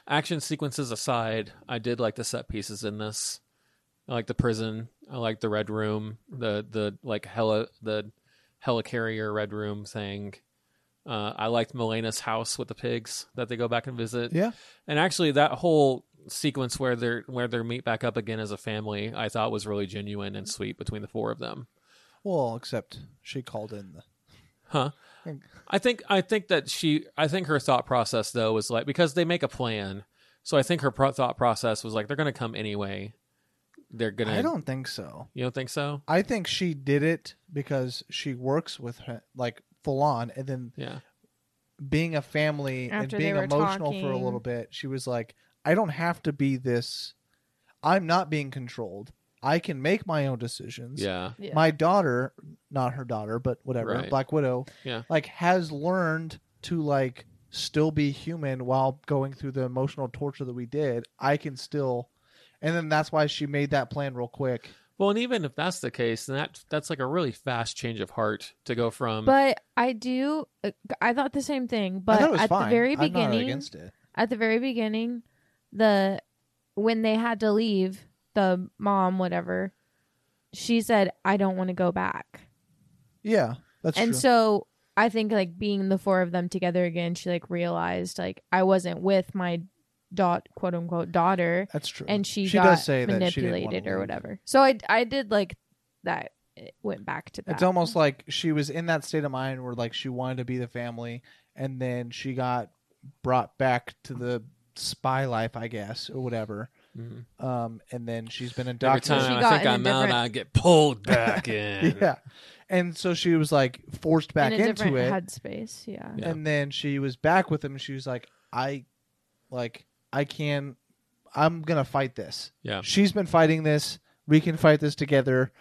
Action sequences aside, I did like the set pieces in this. I like the prison. I like the red room. The the like hella the helicarrier red room thing. Uh, I liked Milena's house with the pigs that they go back and visit. Yeah. And actually, that whole sequence where they're where they meet back up again as a family, I thought was really genuine and sweet between the four of them. Well, except she called in the. Huh. Think- I think I think that she I think her thought process though was like because they make a plan, so I think her pro- thought process was like they're gonna come anyway. They're gonna. I don't think so. You don't think so? I think she did it because she works with her like full on, and then Yeah. being a family After and they being were emotional for a talking. little bit, she was like, I don't have to be this. I'm not being controlled. I can make my own decisions. Yeah. Yeah. My daughter, not her daughter, but whatever, Right. Black Widow, Yeah. like has learned to like still be human while going through the emotional torture that we did. I can still, and then that's why she made that plan real quick. Well, and even if that's the case, then that that's like a really fast change of heart to go from. But I do. uh, I thought the same thing. I But thought it was at fine. the very I'm not beginning, against it. at the very beginning, the when they had to leave, the mom, whatever, she said, "I don't want to go back." Yeah, that's and true. so I think like being the four of them together again, she like realized like I wasn't with my dot quote unquote daughter, that's true. and she, she got does say that she didn't wanna manipulated or leave. whatever. So I I did like that. It went back to that. It's almost like she was in that state of mind where like she wanted to be the family, and then she got brought back to the spy life, I guess, or whatever. Mhm. Um, and then she's been Every indoctrinated. She time I got think in a I'm out, different- I get pulled back in. yeah, and so she was like forced back in a into different it, headspace. Yeah. Yeah. and then she was back with him. She was like, "I, like, I can, I'm gonna fight this." Yeah. she's been fighting this. We can fight this together.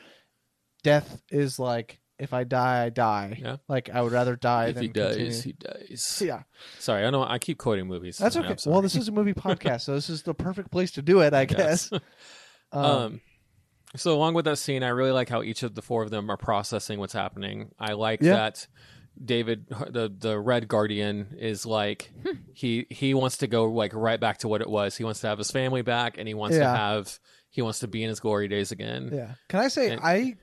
Death is like, if I die, I die. Yeah. Like I would rather die If than he dies, continue. he dies. Yeah, Sorry, I know I keep quoting movies. that's I'm okay. sorry. Well, this is a movie podcast, so this is the perfect place to do it, I Yes. guess. Um, Um, so along with that scene, I really like how each of the four of them are processing what's happening. I like Yeah. that David, the the Red Guardian, is like Hmm. he he wants to go like right back to what it was. He wants to have his family back, and he wants to Yeah. have he wants to be in his glory days again. yeah. Can I say and- I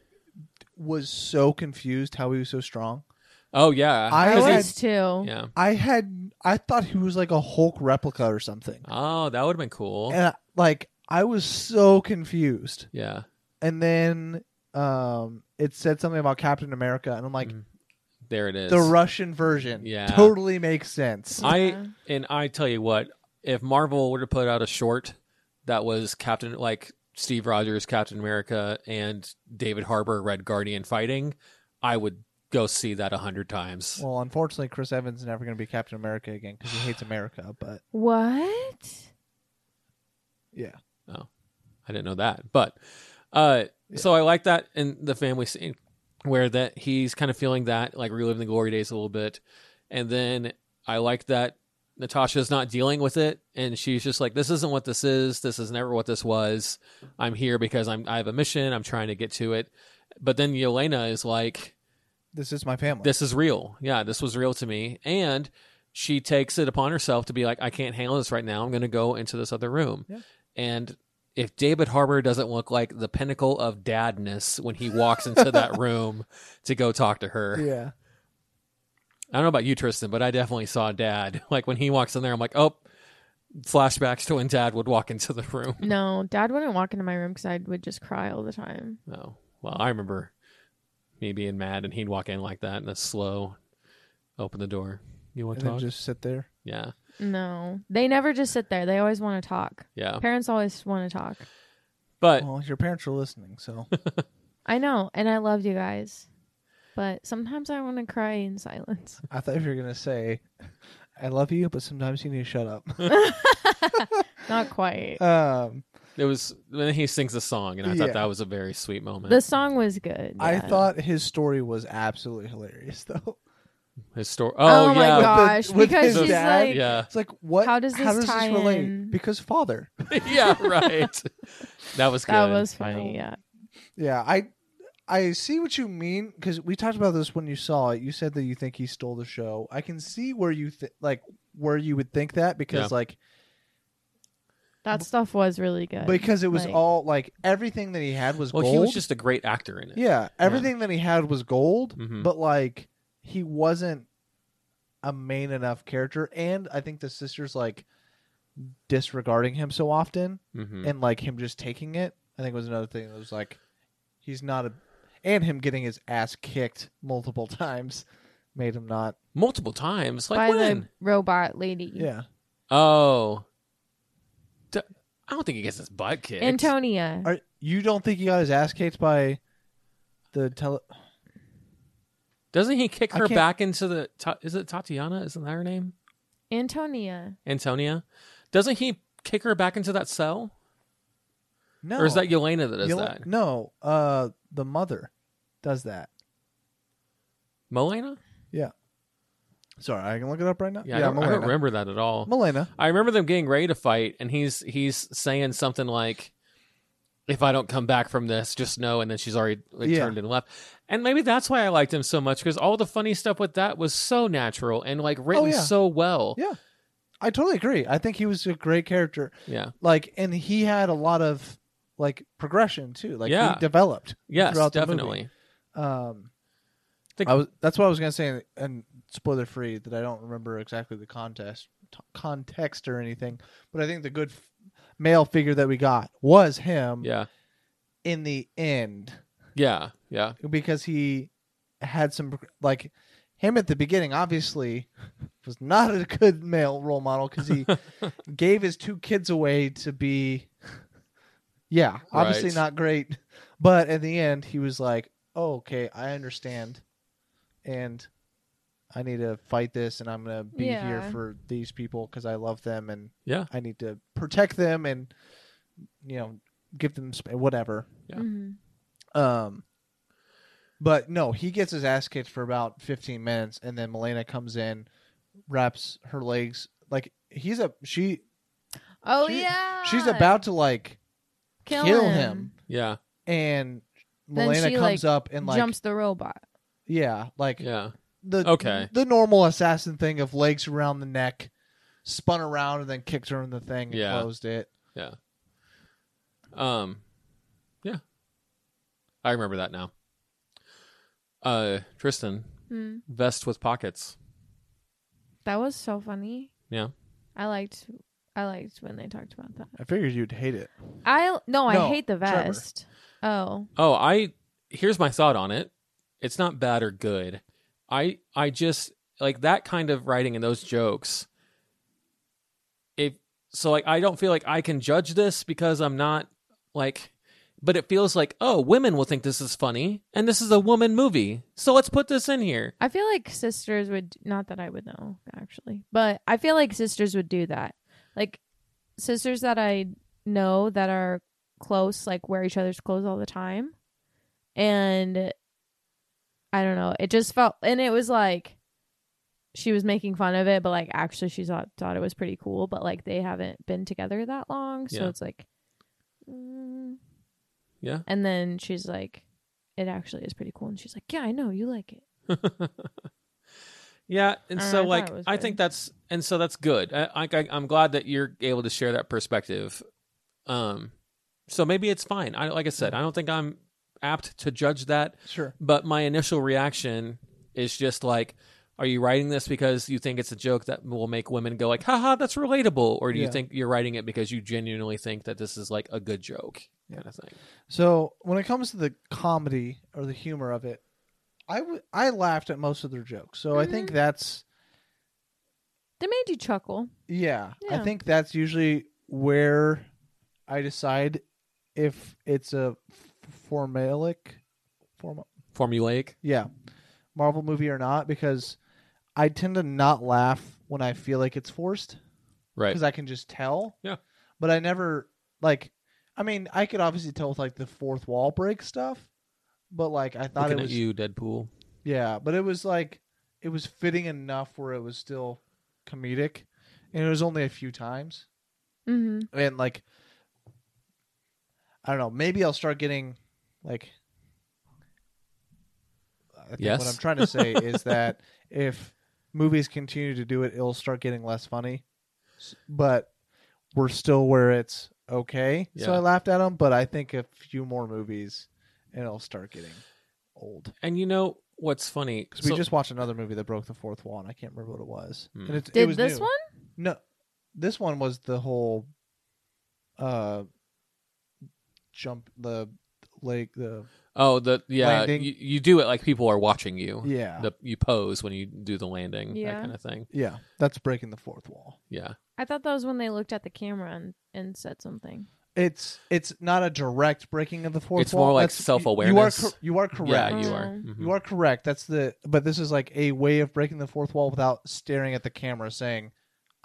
was so confused how he was so strong. Oh yeah, I I 'Cause was had- too. he- yeah. I had I thought he was like a Hulk replica or something, Oh, that would have been cool. and I, like I was so confused. yeah, And then um, it said something about Captain America, and I'm like, Mhm. there it is. the Russian version. Yeah. Totally makes sense. Yeah. I and I tell you what, if Marvel would have put out a short that was Captain like Steve Rogers, Captain America, and David Harbour, Red Guardian fighting, I would go see that a hundred times. Well, unfortunately, Chris Evans is never going to be Captain America again because he hates America. But What? yeah, I didn't know that, but uh, Yeah. so I like that in the family scene where that he's kind of feeling that like reliving the glory days a little bit, and then I like that Natasha's not dealing with it and she's just like, this isn't what this is. This is never what this was. I'm here because I'm I have a mission. I'm trying to get to it. But then Yelena is like, this is my family. this is real. Yeah, this was real to me. And she takes it upon herself to be like, I can't handle this right now. I'm going to go into this other room. Yeah. And if David Harbour doesn't look like the pinnacle of dadness when he walks into that room to go talk to her, yeah, I don't know about you, Tristan, but I definitely saw dad. Like when he walks in there, I'm like, oh, flashbacks to when dad would walk into the room. No, Dad wouldn't walk into my room because I would just cry all the time. Oh, well, I remember me being mad and he'd walk in like that and a slow open the door. You want and to then talk? just sit there. yeah. No, they never just sit there. They always want to talk. Yeah. Parents always want to talk. But Well, your parents are listening, so I know, and I loved you guys, but sometimes I want to cry in silence. I thought if you were going to say, "I love you," but sometimes you need to shut up. Not quite. Um, It was when he sings a song, and I Yeah. thought that was a very sweet moment. The song was good. I yeah. thought his story was absolutely hilarious, though. His story. Oh, Oh, my yeah, gosh! with because his she's dad? like, yeah, It's like what? How does this tie relate? in? Because father. yeah, right. That was good. that was funny. Yeah. Yeah, I I see what you mean because we talked about this when you saw it. You said that you think he stole the show. I can see where you th- like where you would think that because Yeah. like That stuff was really good. because it was Like- all like everything that he had was Well, gold. he was just a great actor in it. yeah, everything that he had was gold, Mhm. but like he wasn't a main enough character. And I think the sisters like disregarding him so often hmm and like him just taking it. I think was another thing that was like he's not a, and him getting his ass kicked multiple times made him not. Multiple times. Like by when? the robot lady. Yeah, Oh. D- I don't think he gets his butt kicked. Antonia. Are, you don't think he got his ass kicked by the tele? Doesn't he kick I her can't- back into the? Ta- is it Tatiana? Isn't that her name? Antonia. Antonia. Doesn't he kick her back into that cell? No, Or is that Yelena that does Yel- that? No, uh, the mother does that. Melena? Sorry, I can look it up right now. Yeah, I, don't, I don't remember that at all. Milena. I remember them getting ready to fight, and he's he's saying something like, "If I don't come back from this, just know." And then she's already like, Yeah. turned and left. And maybe that's why I liked him so much because all the funny stuff with that was so natural and like written Oh, yeah. so well. Yeah. I totally agree. I think he was a great character. Yeah. Like, and he had a lot of like progression too. Like, Yeah. he developed. Yes, throughout the definitely. movie. Um, Think- I was. That's what I was gonna say, and spoiler free that I don't remember exactly the context, t- context or anything. But I think the good f- male figure that we got was him Yeah. in the end. Yeah. Yeah. because he had some like him at the beginning obviously was not a good male role model because he gave his two kids away to be yeah obviously Right. not great but in the end he was like oh, okay i understand and i need to fight this and i'm gonna be here Yeah. for these people because i love them and Yeah. i need to protect them and you know give them sp- whatever Yeah. Mhm. um, but no, he gets his ass kicked for about 15 minutes, and then Milena comes in, wraps her legs like he's a she. Oh She- yeah. She's about to like kill, him. Yeah. and Then Milena she, like, comes up and like Jumps the robot. yeah, like Yeah. the Okay. the normal assassin thing of legs around the neck, spun around and then kicked her in the thing and Yeah. closed it. Um, yeah, I remember that now. Uh, Tristan, Hmm. vest with pockets. That was so funny. Yeah. I liked. I liked when they talked about that. I figured you'd hate it. I no. I No, hate the Trevor. vest. Oh. Oh, I here's my thought on it. It's not bad or good. I I just like that kind of writing and those jokes. If so, like I don't feel like I can judge this because I'm not like. But it feels like, oh, women will think this is funny, and this is a woman movie, so let's put this in here. I feel like sisters would not that I would know actually, but I feel like sisters would do that. Like sisters that I know that are close, like wear each other's clothes all the time, and I don't know. It just felt, and it was like she was making fun of it, but like actually she thought thought it was pretty cool. But like they haven't been together that long, so Yeah. it's like, mm. Yeah. And then she's like, "It actually is pretty cool," and she's like, "Yeah, I know you like it." Yeah, and Uh, I so thought like it was I good. think that's and so that's good. I, I I'm glad that you're able to share that perspective. Um, so maybe it's fine. I like I said, I don't think I'm apt to judge that, Sure. but my initial reaction is just like, are you writing this because you think it's a joke that will make women go like, haha, that's relatable, or do Yeah. you think you're writing it because you genuinely think that this is like a good joke Yeah. kind of thing? So when it comes to the comedy or the humor of it, I w- I laughed at most of their jokes. So I Mm-hmm. think that's They made you chuckle. yeah, I Yeah. think that's usually where I decide if it's a f- formalic, formal, Formulaic. yeah, Marvel movie or not because I tend to not laugh when I feel like it's forced. Right. because I can just tell. Yeah. But I never like. I mean, I could obviously tell with like the fourth wall break stuff, but like I thought Looking it was at you, Deadpool. yeah, but it was like it was fitting enough where it was still comedic, and it was only a few times. Mm-hmm. And like, I don't know. Maybe I'll start getting like. I think What Yes. I'm trying to say is that if movies continue to do it, it'll start getting less funny. S- But we're still where it's okay. So Yeah. I laughed at them, but I think a few more movies and it'll start getting old. And you know what's funny? Because we So- just watched another movie that broke the fourth wall, and I can't remember what it was. Hmm. And it, it Did was this new. one? No, this one was the whole uh jump the lake the oh the yeah landing. you, you do it like people are watching you. yeah The, you pose when you do the landing, that Yeah. kind of thing. yeah that's breaking the fourth wall. Yeah, I thought that was when they looked at the camera and, and said something. It's it's not a direct breaking of the fourth It's wall. more like That's- you- self-awareness. You, are cor- you are correct. yeah, Correct. you are. Oh. Mhm. You are correct. That's the but this is like a way of breaking the fourth wall without staring at the camera saying,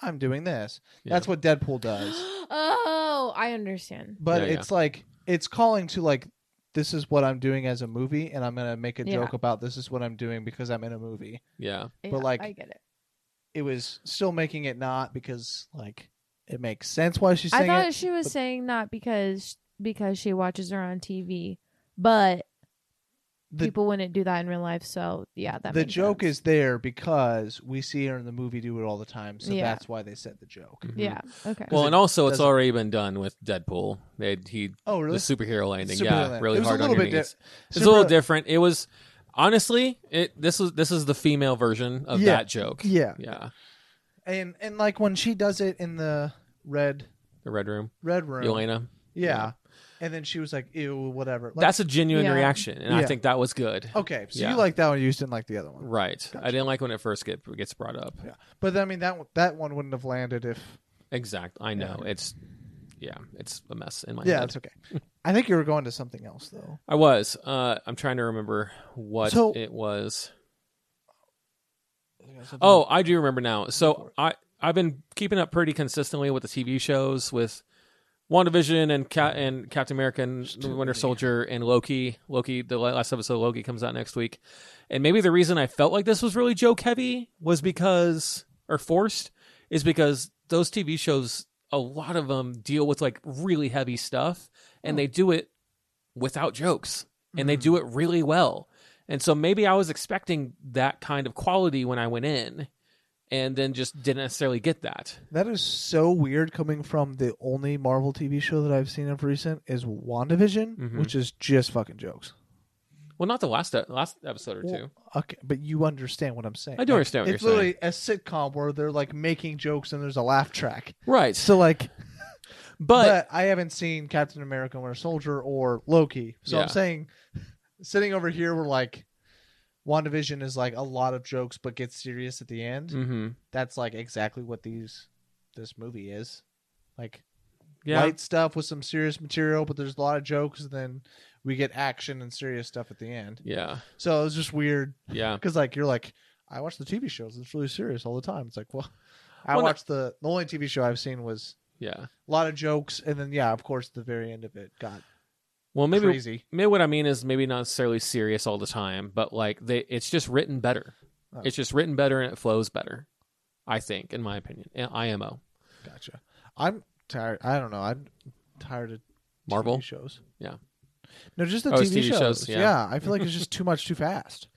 "I'm doing this." Yeah. That's what Deadpool does. oh, I understand. But Yeah, yeah. it's like it's calling to like this is what I'm doing as a movie and I'm going to make a Yeah. joke about this is what I'm doing because I'm in a movie. Yeah, Yeah, like- I get it. It was still making it not because like it makes sense why she's I saying thought it. she was but- saying not because because she watches her on TV, but The people wouldn't do that in real life. So yeah, that the makes joke sense. is there because we see her in the movie do it all the time, so Yeah. that's why they said the joke. Mhm. yeah okay. Well, it and also it's doesn't- already been done with Deadpool. They he Oh, really? the superhero landing, Superhero yeah, landing. really It was a hard on little your bit knees. di- It's a little Superhero- different. It was honestly, it this was this is the female version of Yeah. that joke. Yeah. yeah, and and like when she does it in the red the red room, red room Yelena. yeah. yeah. and then she was like ew whatever like, That's a genuine Yeah. reaction, and I Yeah. think that was good. okay so Yeah. you like that one you just didn't like the other one Right. I Gotcha. didn't like when it first get, gets brought up. yeah but i mean that one- that one wouldn't have landed if Exactly. I know it's, yeah, it's a mess in my yeah head. it's okay i think you were going to something else though I was. Uh, I'm trying to remember what So- it was. Oh, I do remember now. for So it. I I've been keeping up pretty consistently with the TV shows with WandaVision and Cat and Captain America and There's the too Winter many. Soldier and Loki. Loki, the la- last episode of Loki comes out next week. And maybe the reason I felt like this was really joke heavy was because or forced is because those TV shows a lot of them deal with like really heavy stuff Oh. and they do it without jokes and Mm. Mm-hmm. they do it really well. And so maybe I was expecting that kind of quality when I went in and then just didn't necessarily get that. that is so weird coming from the only marvel tv show that i've seen of recent is wandavision Mhm. which is just fucking jokes Well, not the last e- last episode or two. okay but you understand what i'm saying I do Like, understand what it's you're saying. literally a sitcom where they're like making jokes and there's a laugh track Right. so like but, but, I haven't seen Captain America Winter Soldier or Loki. So Yeah. I'm saying sitting over here we're like WandaVision is like a lot of jokes but gets serious at the end. hmm That's like exactly what these this movie is. Like yeah. light stuff with some serious material, but there's a lot of jokes and then we get action and serious stuff at the end. Yeah. So it was just weird Yeah. cuz like you're like I watch the TV shows, it's really serious all the time. It's like, well, I Well, no- watched the the only TV show I've seen was Yeah. a lot of jokes, and then yeah, of course, the very end of it got Well, maybe crazy. maybe what I mean is maybe not necessarily serious all the time, but like they it's just written better. Oh. It's just written better and it flows better. I think, in my opinion, in IMO Gotcha. I'm tired. I don't know. I'm tired of Marvel. TV shows. Yeah. No, just the Oh, it's TV, TV shows. shows, yeah. yeah. I feel like it's just too much, too fast.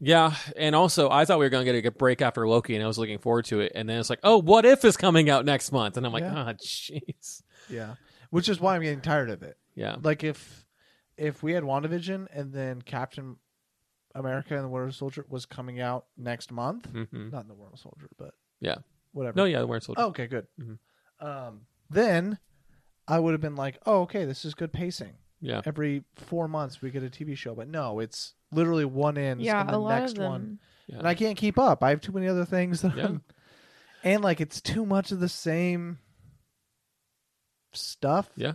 Yeah, and also I thought we were going to get a good break after Loki, and I was looking forward to it. And then it's like, oh, what if is coming out next month? And I'm like, Yeah. ah, jeez. Yeah, which is why I'm getting tired of it. Yeah, Like if if we had WandaVision and then Captain America and the Winter Soldier was coming out next month, hmm not in the Winter Soldier, but Yeah. whatever. no, yeah, the Winter Soldier. Oh, okay, good. Mhm. Um, then I would have been like, oh, okay, this is good pacing. yeah, every four months we get a TV show, but no, it's literally one end yeah, and a the lot next of them. one. And I can't keep up. I have too many other things that Yeah. I'm, and like it's too much of the same stuff. Yeah.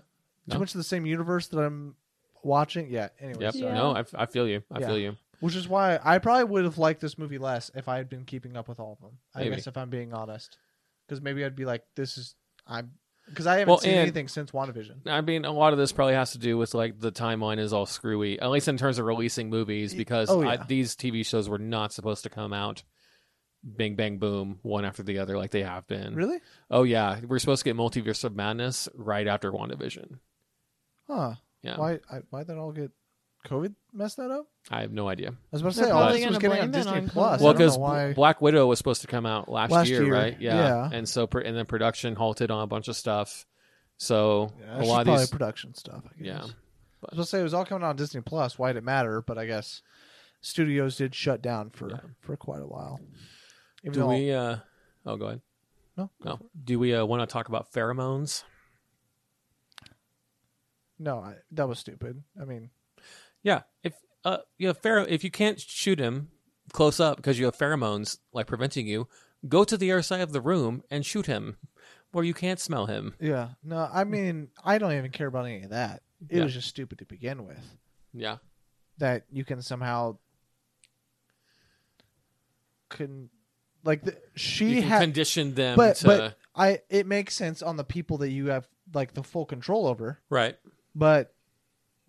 No. Too much of the same universe that I'm watching. Yeah. Anyway, yep. sorry. Yeah. No, I, I feel you. I Yeah. feel you. Which is why I probably would have liked this movie less if I had been keeping up with all of them. Maybe. I guess if I'm being honest. Because maybe I'd be like, this is I'm because I haven't Well, seen and- anything since WandaVision. I mean, a lot of this probably has to do with like the timeline is all screwy, at least in terms of releasing movies, Y- because oh, I, yeah. these TV shows were not supposed to come out. Bang bang boom, one after the other, like they have been. Really? Oh yeah, we're supposed to get Multiverse of Madness right after WandaVision. Huh. Yeah, Why I, why did all get COVID messed that up? I have no idea. I was about to They're say all probably this was gonna getting blame on it Disney on Plus. COVID. Well, I don't because know why. Black Widow was supposed to come out last, Last year, year, right? yeah. And so, pr- and then production halted on a bunch of stuff. So Yeah, a it's lot of probably these, production stuff. I guess. I yeah, was gonna say it was all coming out on Disney Plus. Why did it matter? But I guess studios did shut down for Yeah. for quite a while. Even Do though we? Uh, oh, go ahead. No, no. Do we uh, want to talk about pheromones? no, I, that was stupid. I mean, Yeah. If uh, you have phero- if you can't shoot him close up because you have pheromones like preventing you, go to the other side of the room and shoot him, where you can't smell him. yeah, no, I mean, I don't even care about any of that. It Yeah. was just stupid to begin with Yeah. that you can somehow couldn't like the, she You can had condition them but to but I it makes sense on the people that you have like the full control over. right. but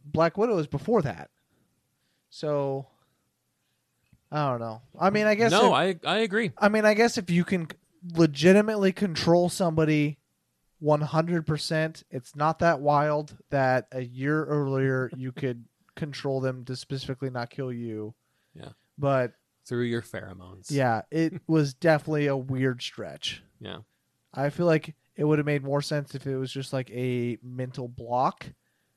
Black Widow is before that. So I don't know. I mean, I guess No, if- I I agree. I mean, I guess if you can legitimately control somebody 100%, it's not that wild that a year earlier you could control them to specifically not kill you. Yeah. But Through your pheromones. yeah, it was definitely a weird stretch. Yeah. I feel like it would have made more sense if it was just like a mental block.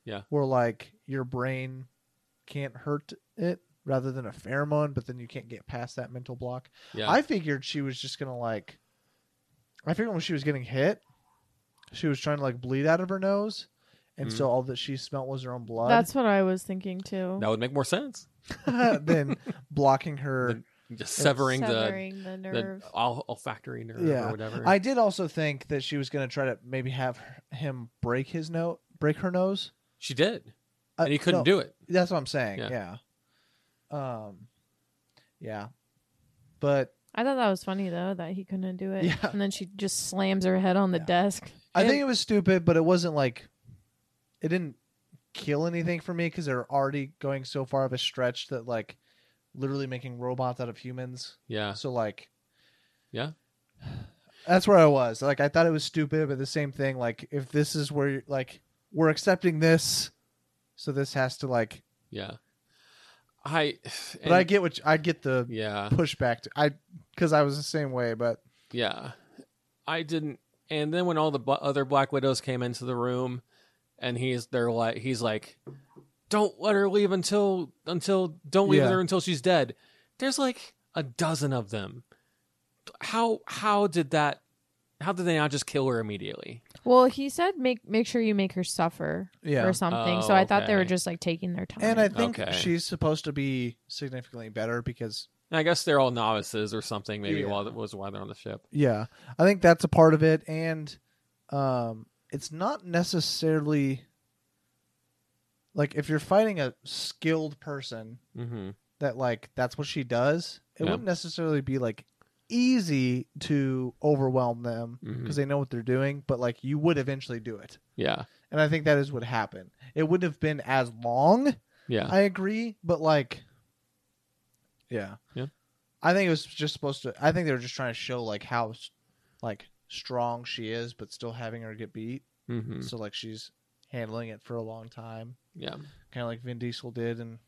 Yeah. Where like your brain can't hurt it rather than a pheromone, but then you can't get past that mental block. Yeah. I figured she was just gonna like I figured when she was getting hit, she was trying to like bleed out of her nose. Mm-hmm. And so all that she smelt was her own blood. That's what I was thinking too. that would make more sense. then blocking her. Just severing, Severing the, the, nerve. the ol- olfactory nerve Yeah. or whatever. I did also think that she was going to try to maybe have her- him break his nose, break her nose. she did, Uh, and he couldn't no. do it. That's what I'm saying. Yeah. Yeah. Um. Yeah. But I thought that was funny though that he couldn't do it, Yeah. and then she just slams her head on the Yeah. desk. I And- think it was stupid, but it wasn't like it didn't kill anything for me because they're already going so far of a stretch that like literally making robots out of humans. Yeah, So like, Yeah. That's where I was. Like I thought it was stupid, but the same thing. Like if this is where you're, like we're accepting this, so this has to like. yeah. I, But I get what you- I get the yeah, pushback. To, I because I was the same way, but yeah. I didn't. And then when all the bla other Black Widows came into the room, and he's they're like he's like, don't let her leave until until don't leave Yeah. her until she's dead. There's like a dozen of them. How how did that? How did they not just kill her immediately? Well, he said make make sure you make her suffer yeah. or something. so Oh, I thought they were okay. just like taking their time. And I think Okay. she's supposed to be significantly better because I guess they're all novices or something. Maybe Yeah. while that was why they're on the ship. yeah, I think that's a part of it, and um, it's not necessarily like if you're fighting a skilled person Mm-hmm. that like that's what she does. It Yeah. wouldn't necessarily be like easy to overwhelm them Mm-hmm. Hmm. because they know what they're doing, but like you would eventually do it. Yeah, And I think that is what happened. It wouldn't have been as long, yeah, I agree, but like, yeah, Yeah. I think it was just supposed to. I think they were just trying to show like how, s- like strong she is, but still having her get beat. mm-hmm. So like she's handling it for a long time, yeah, kind of like Vin Diesel did in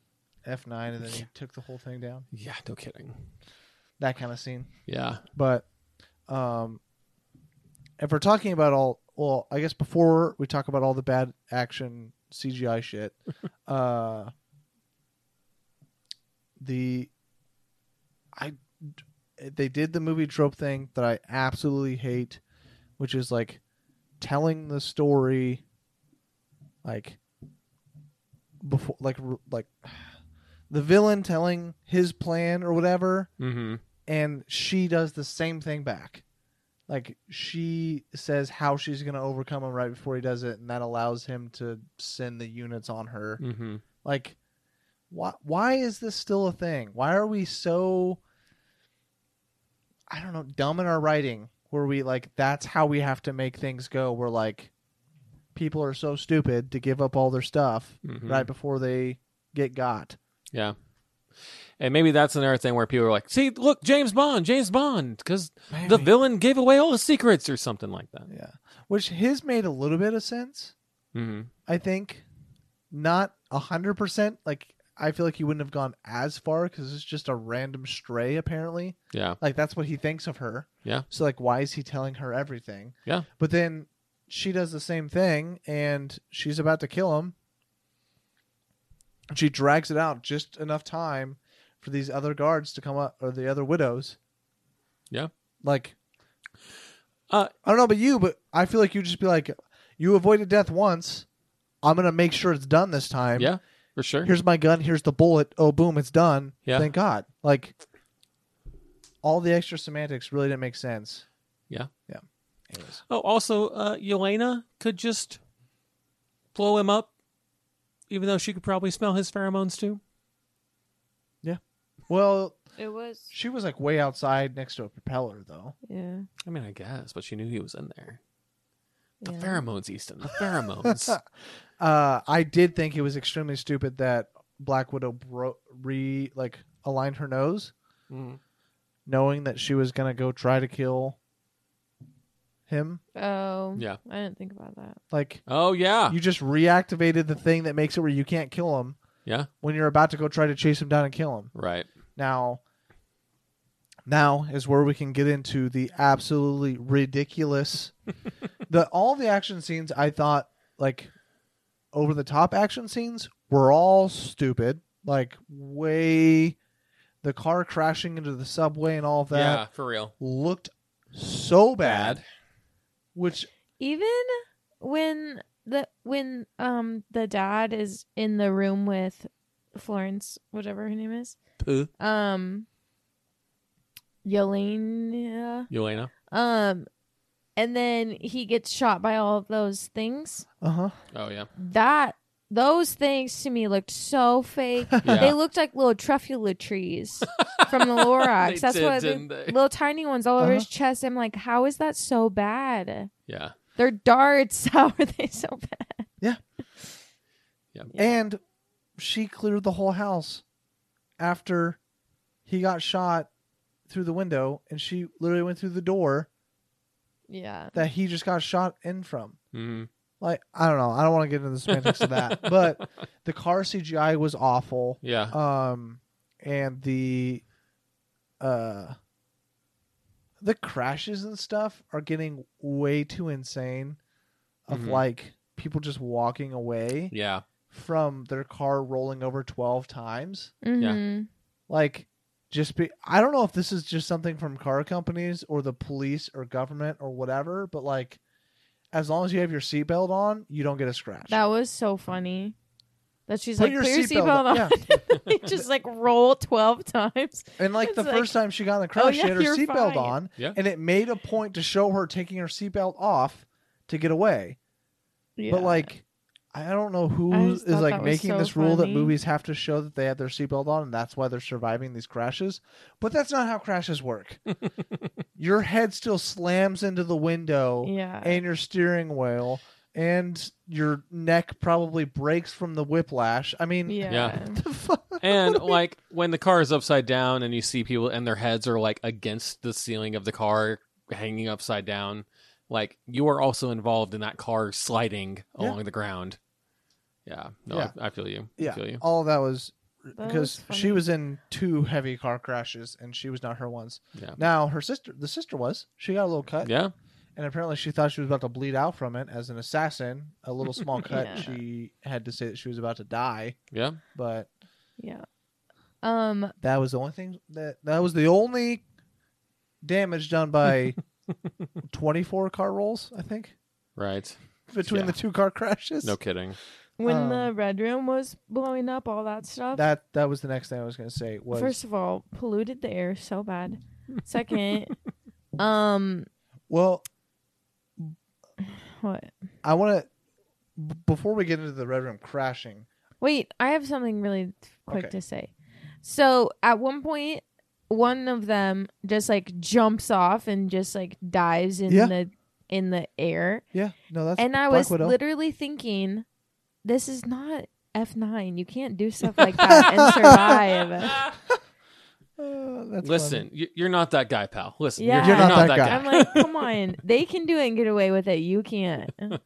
F nine, and then he took the whole thing down. yeah. No kidding. That kind of scene. Yeah, But um, if we're talking about all, well, I guess before we talk about all the bad action CGI shit, uh, the I they did the movie trope thing that I absolutely hate, which is like telling the story, like before, like like the villain telling his plan or whatever mm-hmm. and she does the same thing back. Like she says how she's going to overcome him right before he does it, and that allows him to send the units on her. Mm-hmm. Like, why? Why is this still a thing? Why are we so? I don't know, dumb in our writing, where we like that's how we have to make things go. We're like, people are so stupid to give up all their stuff Mhm. right before they get got. Yeah. And maybe that's another thing where people are like, "See, look, James Bond, James Bond," because the Maybe. villain gave away all his secrets or something like that. Yeah, which his made a little bit of sense. Mm-hmm. I think not a hundred percent. Like I feel like he wouldn't have gone as far because it's just a random stray. Apparently, Yeah. like that's what he thinks of her. Yeah. So like, why is he telling her everything? Yeah. But then she does the same thing, and she's about to kill him. She drags it out just enough time for these other guards to come up, or the other widows. Yeah. Like, Uh, I don't know about you, but I feel like you just be like, you avoided death once. I'm gonna make sure it's done this time. Yeah. For sure. Here's my gun. Here's the bullet. Oh, boom! It's done. Yeah. Thank God. Like, all the extra semantics really didn't make sense. Yeah. Yeah. Anyways. Oh, also, uh, Yelena could just blow him up, even though she could probably smell his pheromones too. Well, It was. She was like way outside next to a propeller, though. Yeah. I mean, I guess, but she knew he was in there. The yeah. pheromones, Easton. The pheromones. Uh, I did think it was extremely stupid that Black Widow bro- re like aligned her nose, Mm. knowing that she was gonna go try to kill him. Oh. Yeah. I didn't think about that. Like Oh yeah, you just reactivated the thing that makes it where you can't kill him yeah. when you're about to go try to chase him down and kill him. Right. Now, now is where we can get into the absolutely ridiculous. the all the action scenes I thought like over the top action scenes were all stupid. Like way, the car crashing into the subway and all of that yeah, for real. looked so bad. Which Even when the when um the dad is in the room with Florence, whatever her name is, Puh. um, Yelena, Yelena. um, and then he gets shot by all of those things. uh huh Oh yeah. That those things to me looked so fake. Yeah. They looked like little truffula trees from the Lorax. They That's did, what they- didn't they? little tiny ones all over Uh-huh. his chest. I'm like, how is that so bad? Yeah. They're darts. How are they so bad? and she cleared the whole house after he got shot through the window, and she literally went through the door. Yeah. that he just got shot in from. Mm-hmm. Like I don't know. I don't want to get into the semantics of that, but the car CGI was awful. Yeah. Um, and the uh the crashes and stuff are getting way too insane. Of Mhm. like people just walking away yeah. from their car rolling over twelve times. Mm-hmm. Like just be. I don't know if this is just something from car companies or the police or government or whatever, but like as long as you have your seatbelt on, you don't get a scratch. That was so funny. That she's Put like, your clear seatbelt seatbelt on. on." They just like roll 12 times. and like It's the like, oh, first time she got in the crash, yeah, she had her you're seatbelt fine. on, Yeah. and it made a point to show her taking her seatbelt off to get away. Yeah. But like, I don't know who I is just thought like that was making so this rule that funny. movies have to show that they have their seatbelt on, and that's why they're surviving these crashes. But that's not how crashes work. your head still slams into the window. yeah. and your steering wheel and your neck probably breaks from the whiplash. I mean, yeah. Yeah. the fuck? And like when the car is upside down and you see people and their heads are like against the ceiling of the car hanging upside down, like you are also involved in that car sliding Yeah. along the ground. Yeah. No, Yeah. I, I feel you. I yeah, feel you. all that was That because was she funny. was in two heavy car crashes and she was not her ones. Yeah. Now her sister, the sister was, she got a little cut, Yeah. and apparently she thought she was about to bleed out from it as an assassin. A little small cut. Yeah. She had to say that she was about to die, Yeah. but Yeah. Um, that was the only thing that that was the only damage done by twenty four car rolls, I think. Right. between Yeah. the two car crashes. No kidding. when Um, the red room was blowing up, all that stuff. That that was the next thing I was gonna say. Was First of all, polluted the air so bad. Second, um, well, what? I want to before we get into the red room crashing. Wait, I have something really quick Okay. to say. So at one point, one of them just like jumps off and just like dives in Yeah. the in the air, Yeah, no, that's and I Black was Widow. literally thinking, this is not F nine. You can't do stuff like that and survive. Uh, that's Listen, you- you're not that guy, pal. Listen, Yeah. You're you're, you're not that not, that, guy. guy. I'm like, come on, they can do it and get away with it. You can't. funny.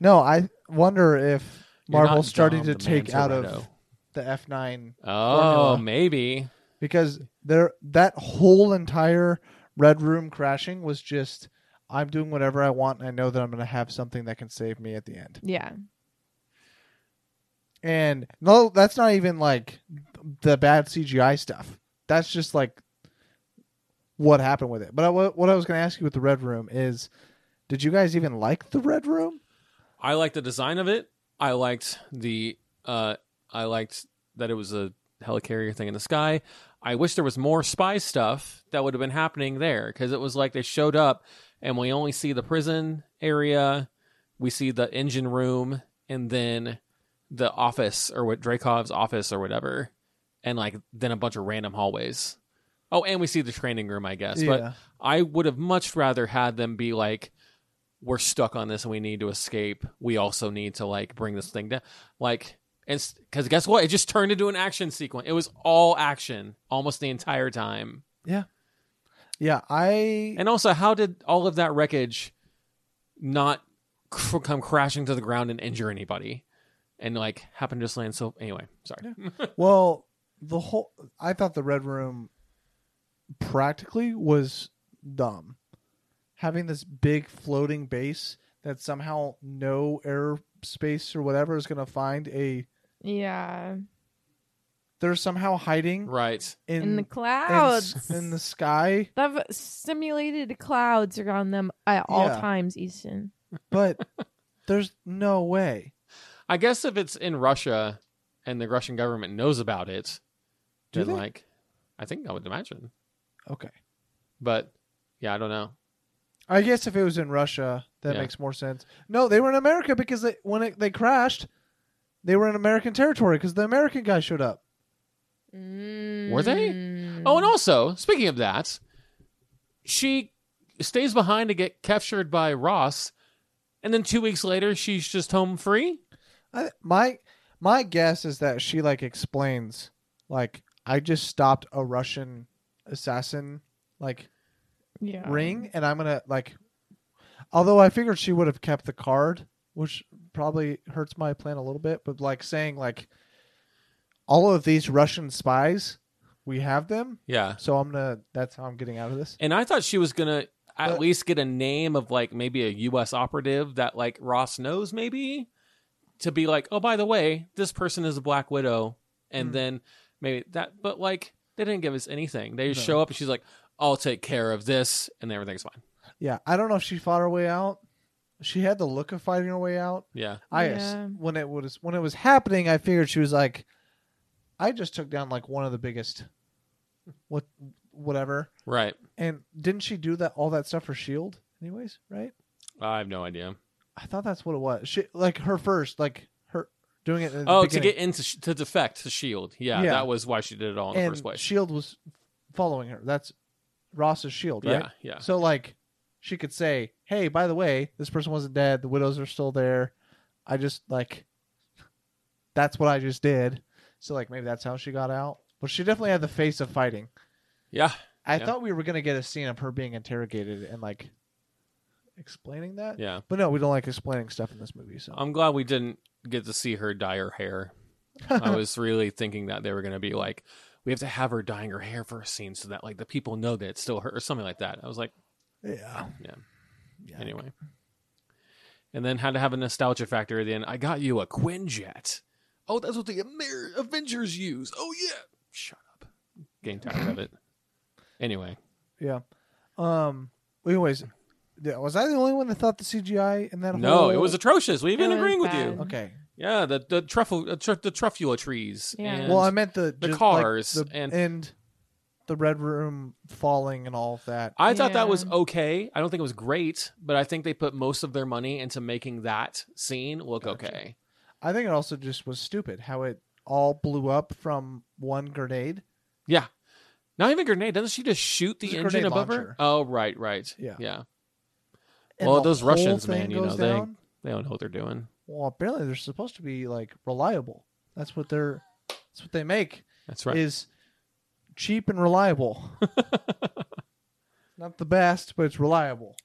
no, I wonder if You're not Marvel's starting Dom to the take out Mantoretto. of the F9 Oh, Formula. maybe. because there that whole entire red room crashing was just I'm doing whatever I want and I know that I'm going to have something that can save me at the end. Yeah. And no, that's not even like the bad CGI stuff. That's just like what happened with it. But I, what I was going to ask you with the red room is, did you guys even like the red room? I liked the design of it. I liked the uh I liked that it was a helicarrier thing in the sky. I wish there was more spy stuff that would have been happening there because it was like they showed up and we only see the prison area, we see the engine room, and then the office or what Dracov's office or whatever, and like then a bunch of random hallways. Oh, and we see the training room, I guess. But Yeah. I would have much rather had them be like, we're stuck on this and we need to escape. We also need to like bring this thing down. Like, and because guess what? It just turned into an action sequence. It was all action almost the entire time. Yeah, I And also, how did all of that wreckage not cr- come crashing to the ground and injure anybody? And like happen to just land so anyway, sorry. Mm-hmm. Well, the whole I thought the red room practically was dumb. Having this big floating base that somehow no airspace or whatever is going to find a Yeah. they're somehow hiding right. in, In, the in s- clouds. in the sky, They've simulated clouds around them at all Yeah. times, Easton. but there's no way. I guess if it's in Russia and the Russian government knows about it, Do then they? like I think I would imagine. Okay. But yeah, I don't know. I guess if it was in Russia, that Yeah. makes more sense. No, they were in America because they, when it, they crashed, they were in American territory because the American guy showed up. Were they? Mm. Oh, and also, speaking of that, she stays behind to get captured by Ross, and then two weeks later, she's just home free. I, my my guess is that she like explains like I just stopped a Russian assassin like Yeah. ring and I'm gonna like although I figured she would have kept the card which probably hurts my plan a little bit but like saying like all of these Russian spies we have them Yeah. so I'm gonna that's how I'm getting out of this And I thought she was going to at But- least get a name of like maybe a U.S. operative that like Ross knows, maybe to be like, oh, by the way, this person is a Black Widow. And Hmm. then maybe that, but like they didn't give us anything. They just No. show up and she's like, I'll take care of this, and everything's fine. yeah I don't know if she fought her way out she had the look of fighting her way out Yeah. I Yeah. when it was when it was happening, I figured she was like, I just took down like one of the biggest, what whatever. Right. And didn't she do that all that stuff for Shield, E anyways? Right? I have no idea. I thought that's what it was. She like her first, like her doing it. in the Oh, to beginning. get into sh- to defect to Shield. Yeah, Yeah. that was why she did it all in the and first place. Shield E was following her. That's Ross's Shield, E right? Yeah, yeah, So like, she could say, "Hey, by the way, this person wasn't dead. The widows are still there. I just like, that's what I just did." So like, maybe that's how she got out. But she definitely had the face of fighting. yeah. I Yeah. thought we were gonna get a scene of her being interrogated and like explaining that. Yeah, Um, But no, we don't like explaining stuff in this movie. So I'm glad we didn't get to see her dye her hair. I was really thinking that they were going to be like, we have to have her dyeing her hair for a scene so that like the people know that it's still her or something like that. I was like, yeah, Yeah. yeah. anyway. And then had to have a nostalgia factor at the end. I got you a Quinjet. Oh, that's what the Amer- Avengers use. Oh yeah. Shut up. Getting tired of it. Anyway, Yeah. Um. Anyways, yeah, was I the only one that thought the CGI in that? no, whole... it was atrocious. We've It been was agreeing with bad. you. okay. Yeah, the the truffle uh, tr- the truffula trees. Yeah. And Well, I meant the the just, cars like, the, and- the red room falling and all of that. I thought that Yeah. was okay. I don't think it was great, but I think they put most of their money into making that scene look Gotcha. okay. I think it also just was stupid how it all blew up from one grenade. Not even grenade. Doesn't she just shoot the It's a engine grenade above her? launcher. Oh, right, right. Yeah. yeah. and Well, the those whole Russians, thing man, you goes know, they- down. They don't know what they're doing. well apparently they're supposed to be like reliable. That's what they're. That's what they make That's right. is cheap and reliable. Not the best, but it's reliable.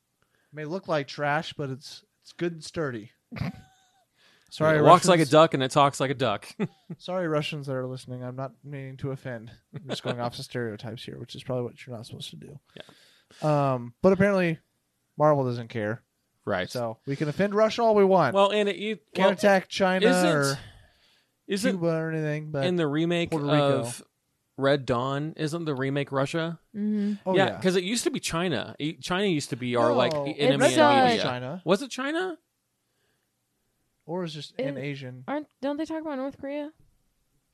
may look like trash, but it's it's good and sturdy. Sorry, it walks like a Russians. duck and it talks like a duck. Sorry, Russians that are listening. I'm not meaning to offend. I'm just going off of stereotypes here, which is probably what you're not supposed to do. Yeah. Um, but apparently, Marvel doesn't care, right. so we can offend Russia all we want. well, and it you Can't well, attack China or isn't isn't Cuba or anything. But in the remake Puerto Rico. of Red Dawn? Isn't the remake Russia? Mm-hmm. oh yeah, yeah, because it used to be China. E- China used to be our like No, e- it's enemy. in not Asia. China. Was it China? or is just an It- Asian. Aren't don't they talk about North Korea?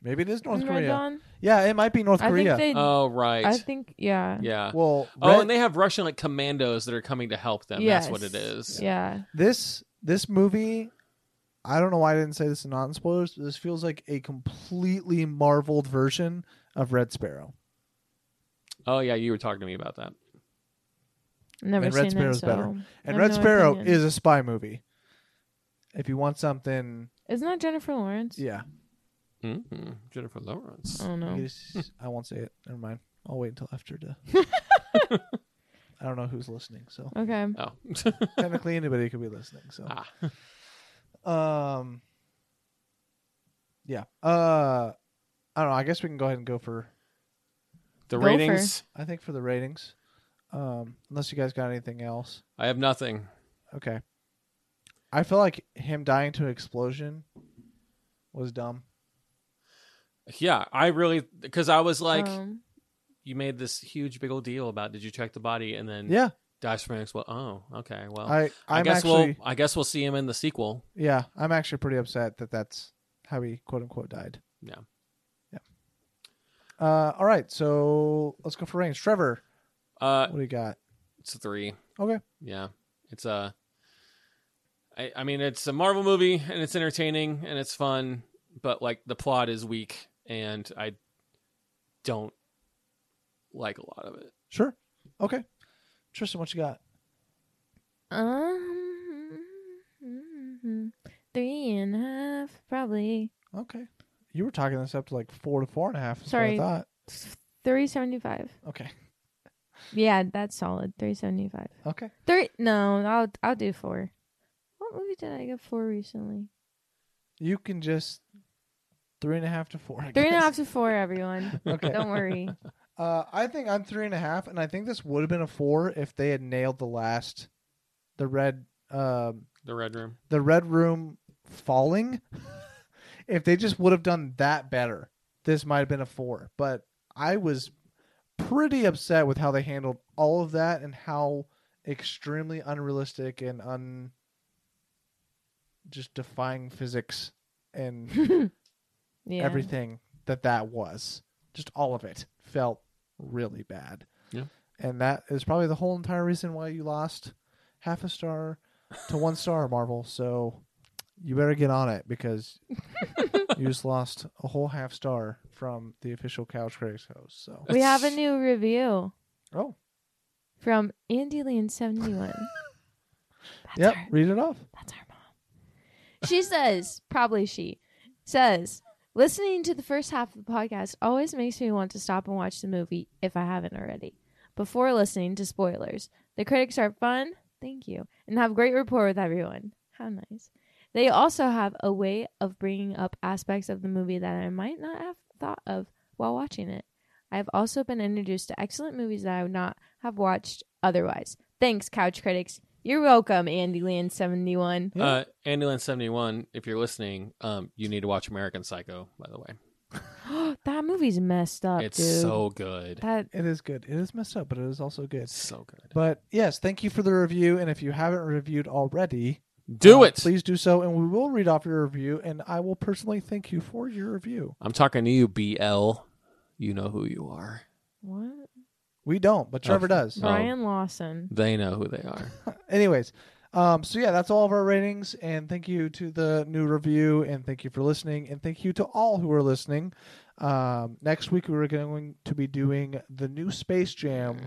Maybe it is North in Red Korea. Dawn? Yeah, it might be North I Korea. think they. Oh right. I think yeah. yeah. well, oh, Red- and they have Russian like commandos that are coming to help them. Yes. That's what it is. Yeah. this this movie i don't know why i didn't say this in non-spoilers but this feels like a completely marveled version of red sparrow Oh yeah, you were talking to me about that. Never And Red seen Sparrow's it. So. better. and I have red no sparrow opinion. is a spy movie if you want something Isn't that Jennifer Lawrence? yeah hmm Jennifer Lawrence. I don't I know. guess- i won't say it never mind i'll wait until after to i don't know who's listening so Okay. Oh, technically anybody could be listening so Ah. um yeah uh i don't know i guess we can go ahead and go for the Gopher. ratings. I think for the ratings, um, unless you guys got anything else. I have nothing. Okay. I feel like him dying to an explosion was dumb. Yeah, I really because I was like, Um, you made this huge big old deal about did you check the body and then Yeah, dies from an expl- Oh, okay. Mm. Well, I I I'm guess actually we'll I guess we'll see him in the sequel. yeah I'm actually pretty upset that that's how he quote unquote died. Yeah. yeah. Uh, all right, so let's go for range. Trevor, Uh, what do you got? it's a three. Okay, Yeah, it's a. I I mean, it's a Marvel movie and it's entertaining and it's fun, but like the plot is weak and I don't like a lot of it. sure. Okay, Tristan, what you got? um, mhm. three and a half, probably Okay, you were talking this up to like four to four and a half. is what Sorry. I thought. three seventy five. Okay. Yeah, that's solid. Three seventy five. Okay. Three? No, I'll I'll do four. What movie did I get four recently? You can just three and a half to four. I Three and a guess. half to four, everyone. Okay. Don't worry. Uh, I think I'm three and a half, and I think this would have been a four if they had nailed the last, the red, um, The Red Room. the red room falling. if they just would have done that better, this might have been a four. But I was pretty upset with how they handled all of that and how extremely unrealistic and un, just defying physics and Yeah. everything that that was. Just all of it felt really bad. Yeah. And that is probably the whole entire reason why you lost half a star to one star, Marvel. So you better get on it because you just lost a whole half star from the official Couch Critics host. So, We have a new review oh, from Andy Lean seventy one. yep, read it off. That's our mom. She says, probably she says, listening to the first half of the podcast always makes me want to stop and watch the movie if I haven't already. Before listening to spoilers, the critics are fun, thank you, and have great rapport with everyone. How nice. They also have a way of bringing up aspects of the movie that I might not have thought of while watching it. I have also been introduced to excellent movies that I would not have watched otherwise. Thanks, Couch Critics. You're welcome, Andy Land 71. Yeah. Uh, Andyland seventy one. If you're listening, um, you need to watch American Psycho. By the way, that movie's messed up, it's dude. so good. that It is good. It is messed up, but it is also good. It's so good. But yes, thank you for the review. And if you haven't reviewed already, Do Uh, it. Please do so, and we will read off your review, and I will personally thank you for your review. I'm talking to you, BL. You know who you are. what? We don't, but Trevor Oh. does. Oh. Ryan Lawson. They know who they are. Anyways, um, so yeah, that's all of our ratings, and thank you to the new review, and thank you for listening, and thank you to all who are listening. Um, next week we are going to be doing the new Space Jam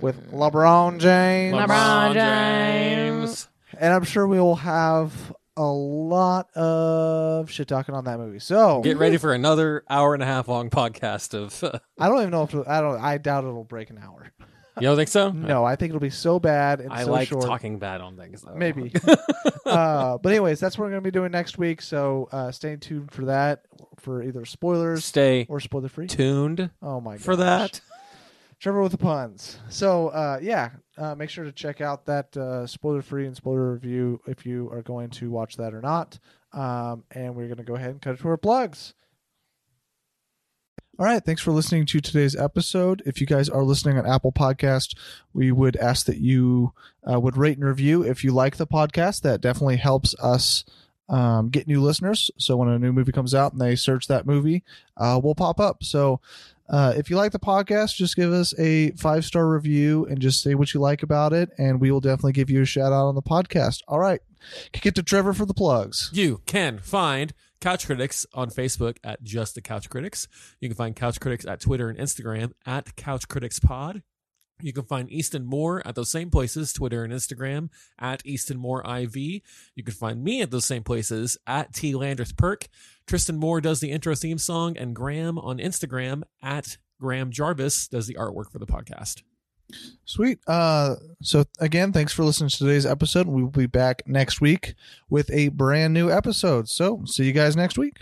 with LeBron James, LeBron James. and I'm sure we will have a lot of shit talking on that movie. So Get ready for another hour and a half long podcast of. Uh, I don't even know if I don't. I doubt it'll break an hour. You don't think so? No, I think it'll be so bad and Mm-hmm. I so like short. talking bad on things. Though. Maybe. uh, but anyways, that's what we're going to be doing next week. So uh, stay tuned for that for either spoilers Stay or spoiler free. tuned Oh my god. for that. Trevor with the puns. So uh, yeah, uh, make sure to check out that uh, spoiler free and spoiler review if you are going to watch that or not. Um, and we're going to go ahead and cut it to our plugs. All right, thanks for listening to today's episode. If you guys are listening on Apple Podcast, we would ask that you uh, would rate and review if you like the podcast. That definitely helps us um, get new listeners. So when a new movie comes out and they search that movie, uh, we'll pop up. So uh, if you like the podcast, just give us a five star review and just say what you like about it, and we will definitely give you a shout out on the podcast. All right, kick it to Trevor for the plugs. You can find Couch Critics on Facebook at just the Couch Critics. You can find Couch Critics at Twitter and Instagram at Couch Critics Pod. You can find Easton Moore at those same places, Twitter and Instagram at Easton Moore IV. You can find me at those same places at T Landers Perk. Tristan Moore does the intro theme song, and Graham on Instagram at Graham Jarvis does the artwork for the podcast. Sweet. Uh, so again, thanks for listening to today's episode. We will be back next week with a brand new episode. So see you guys next week.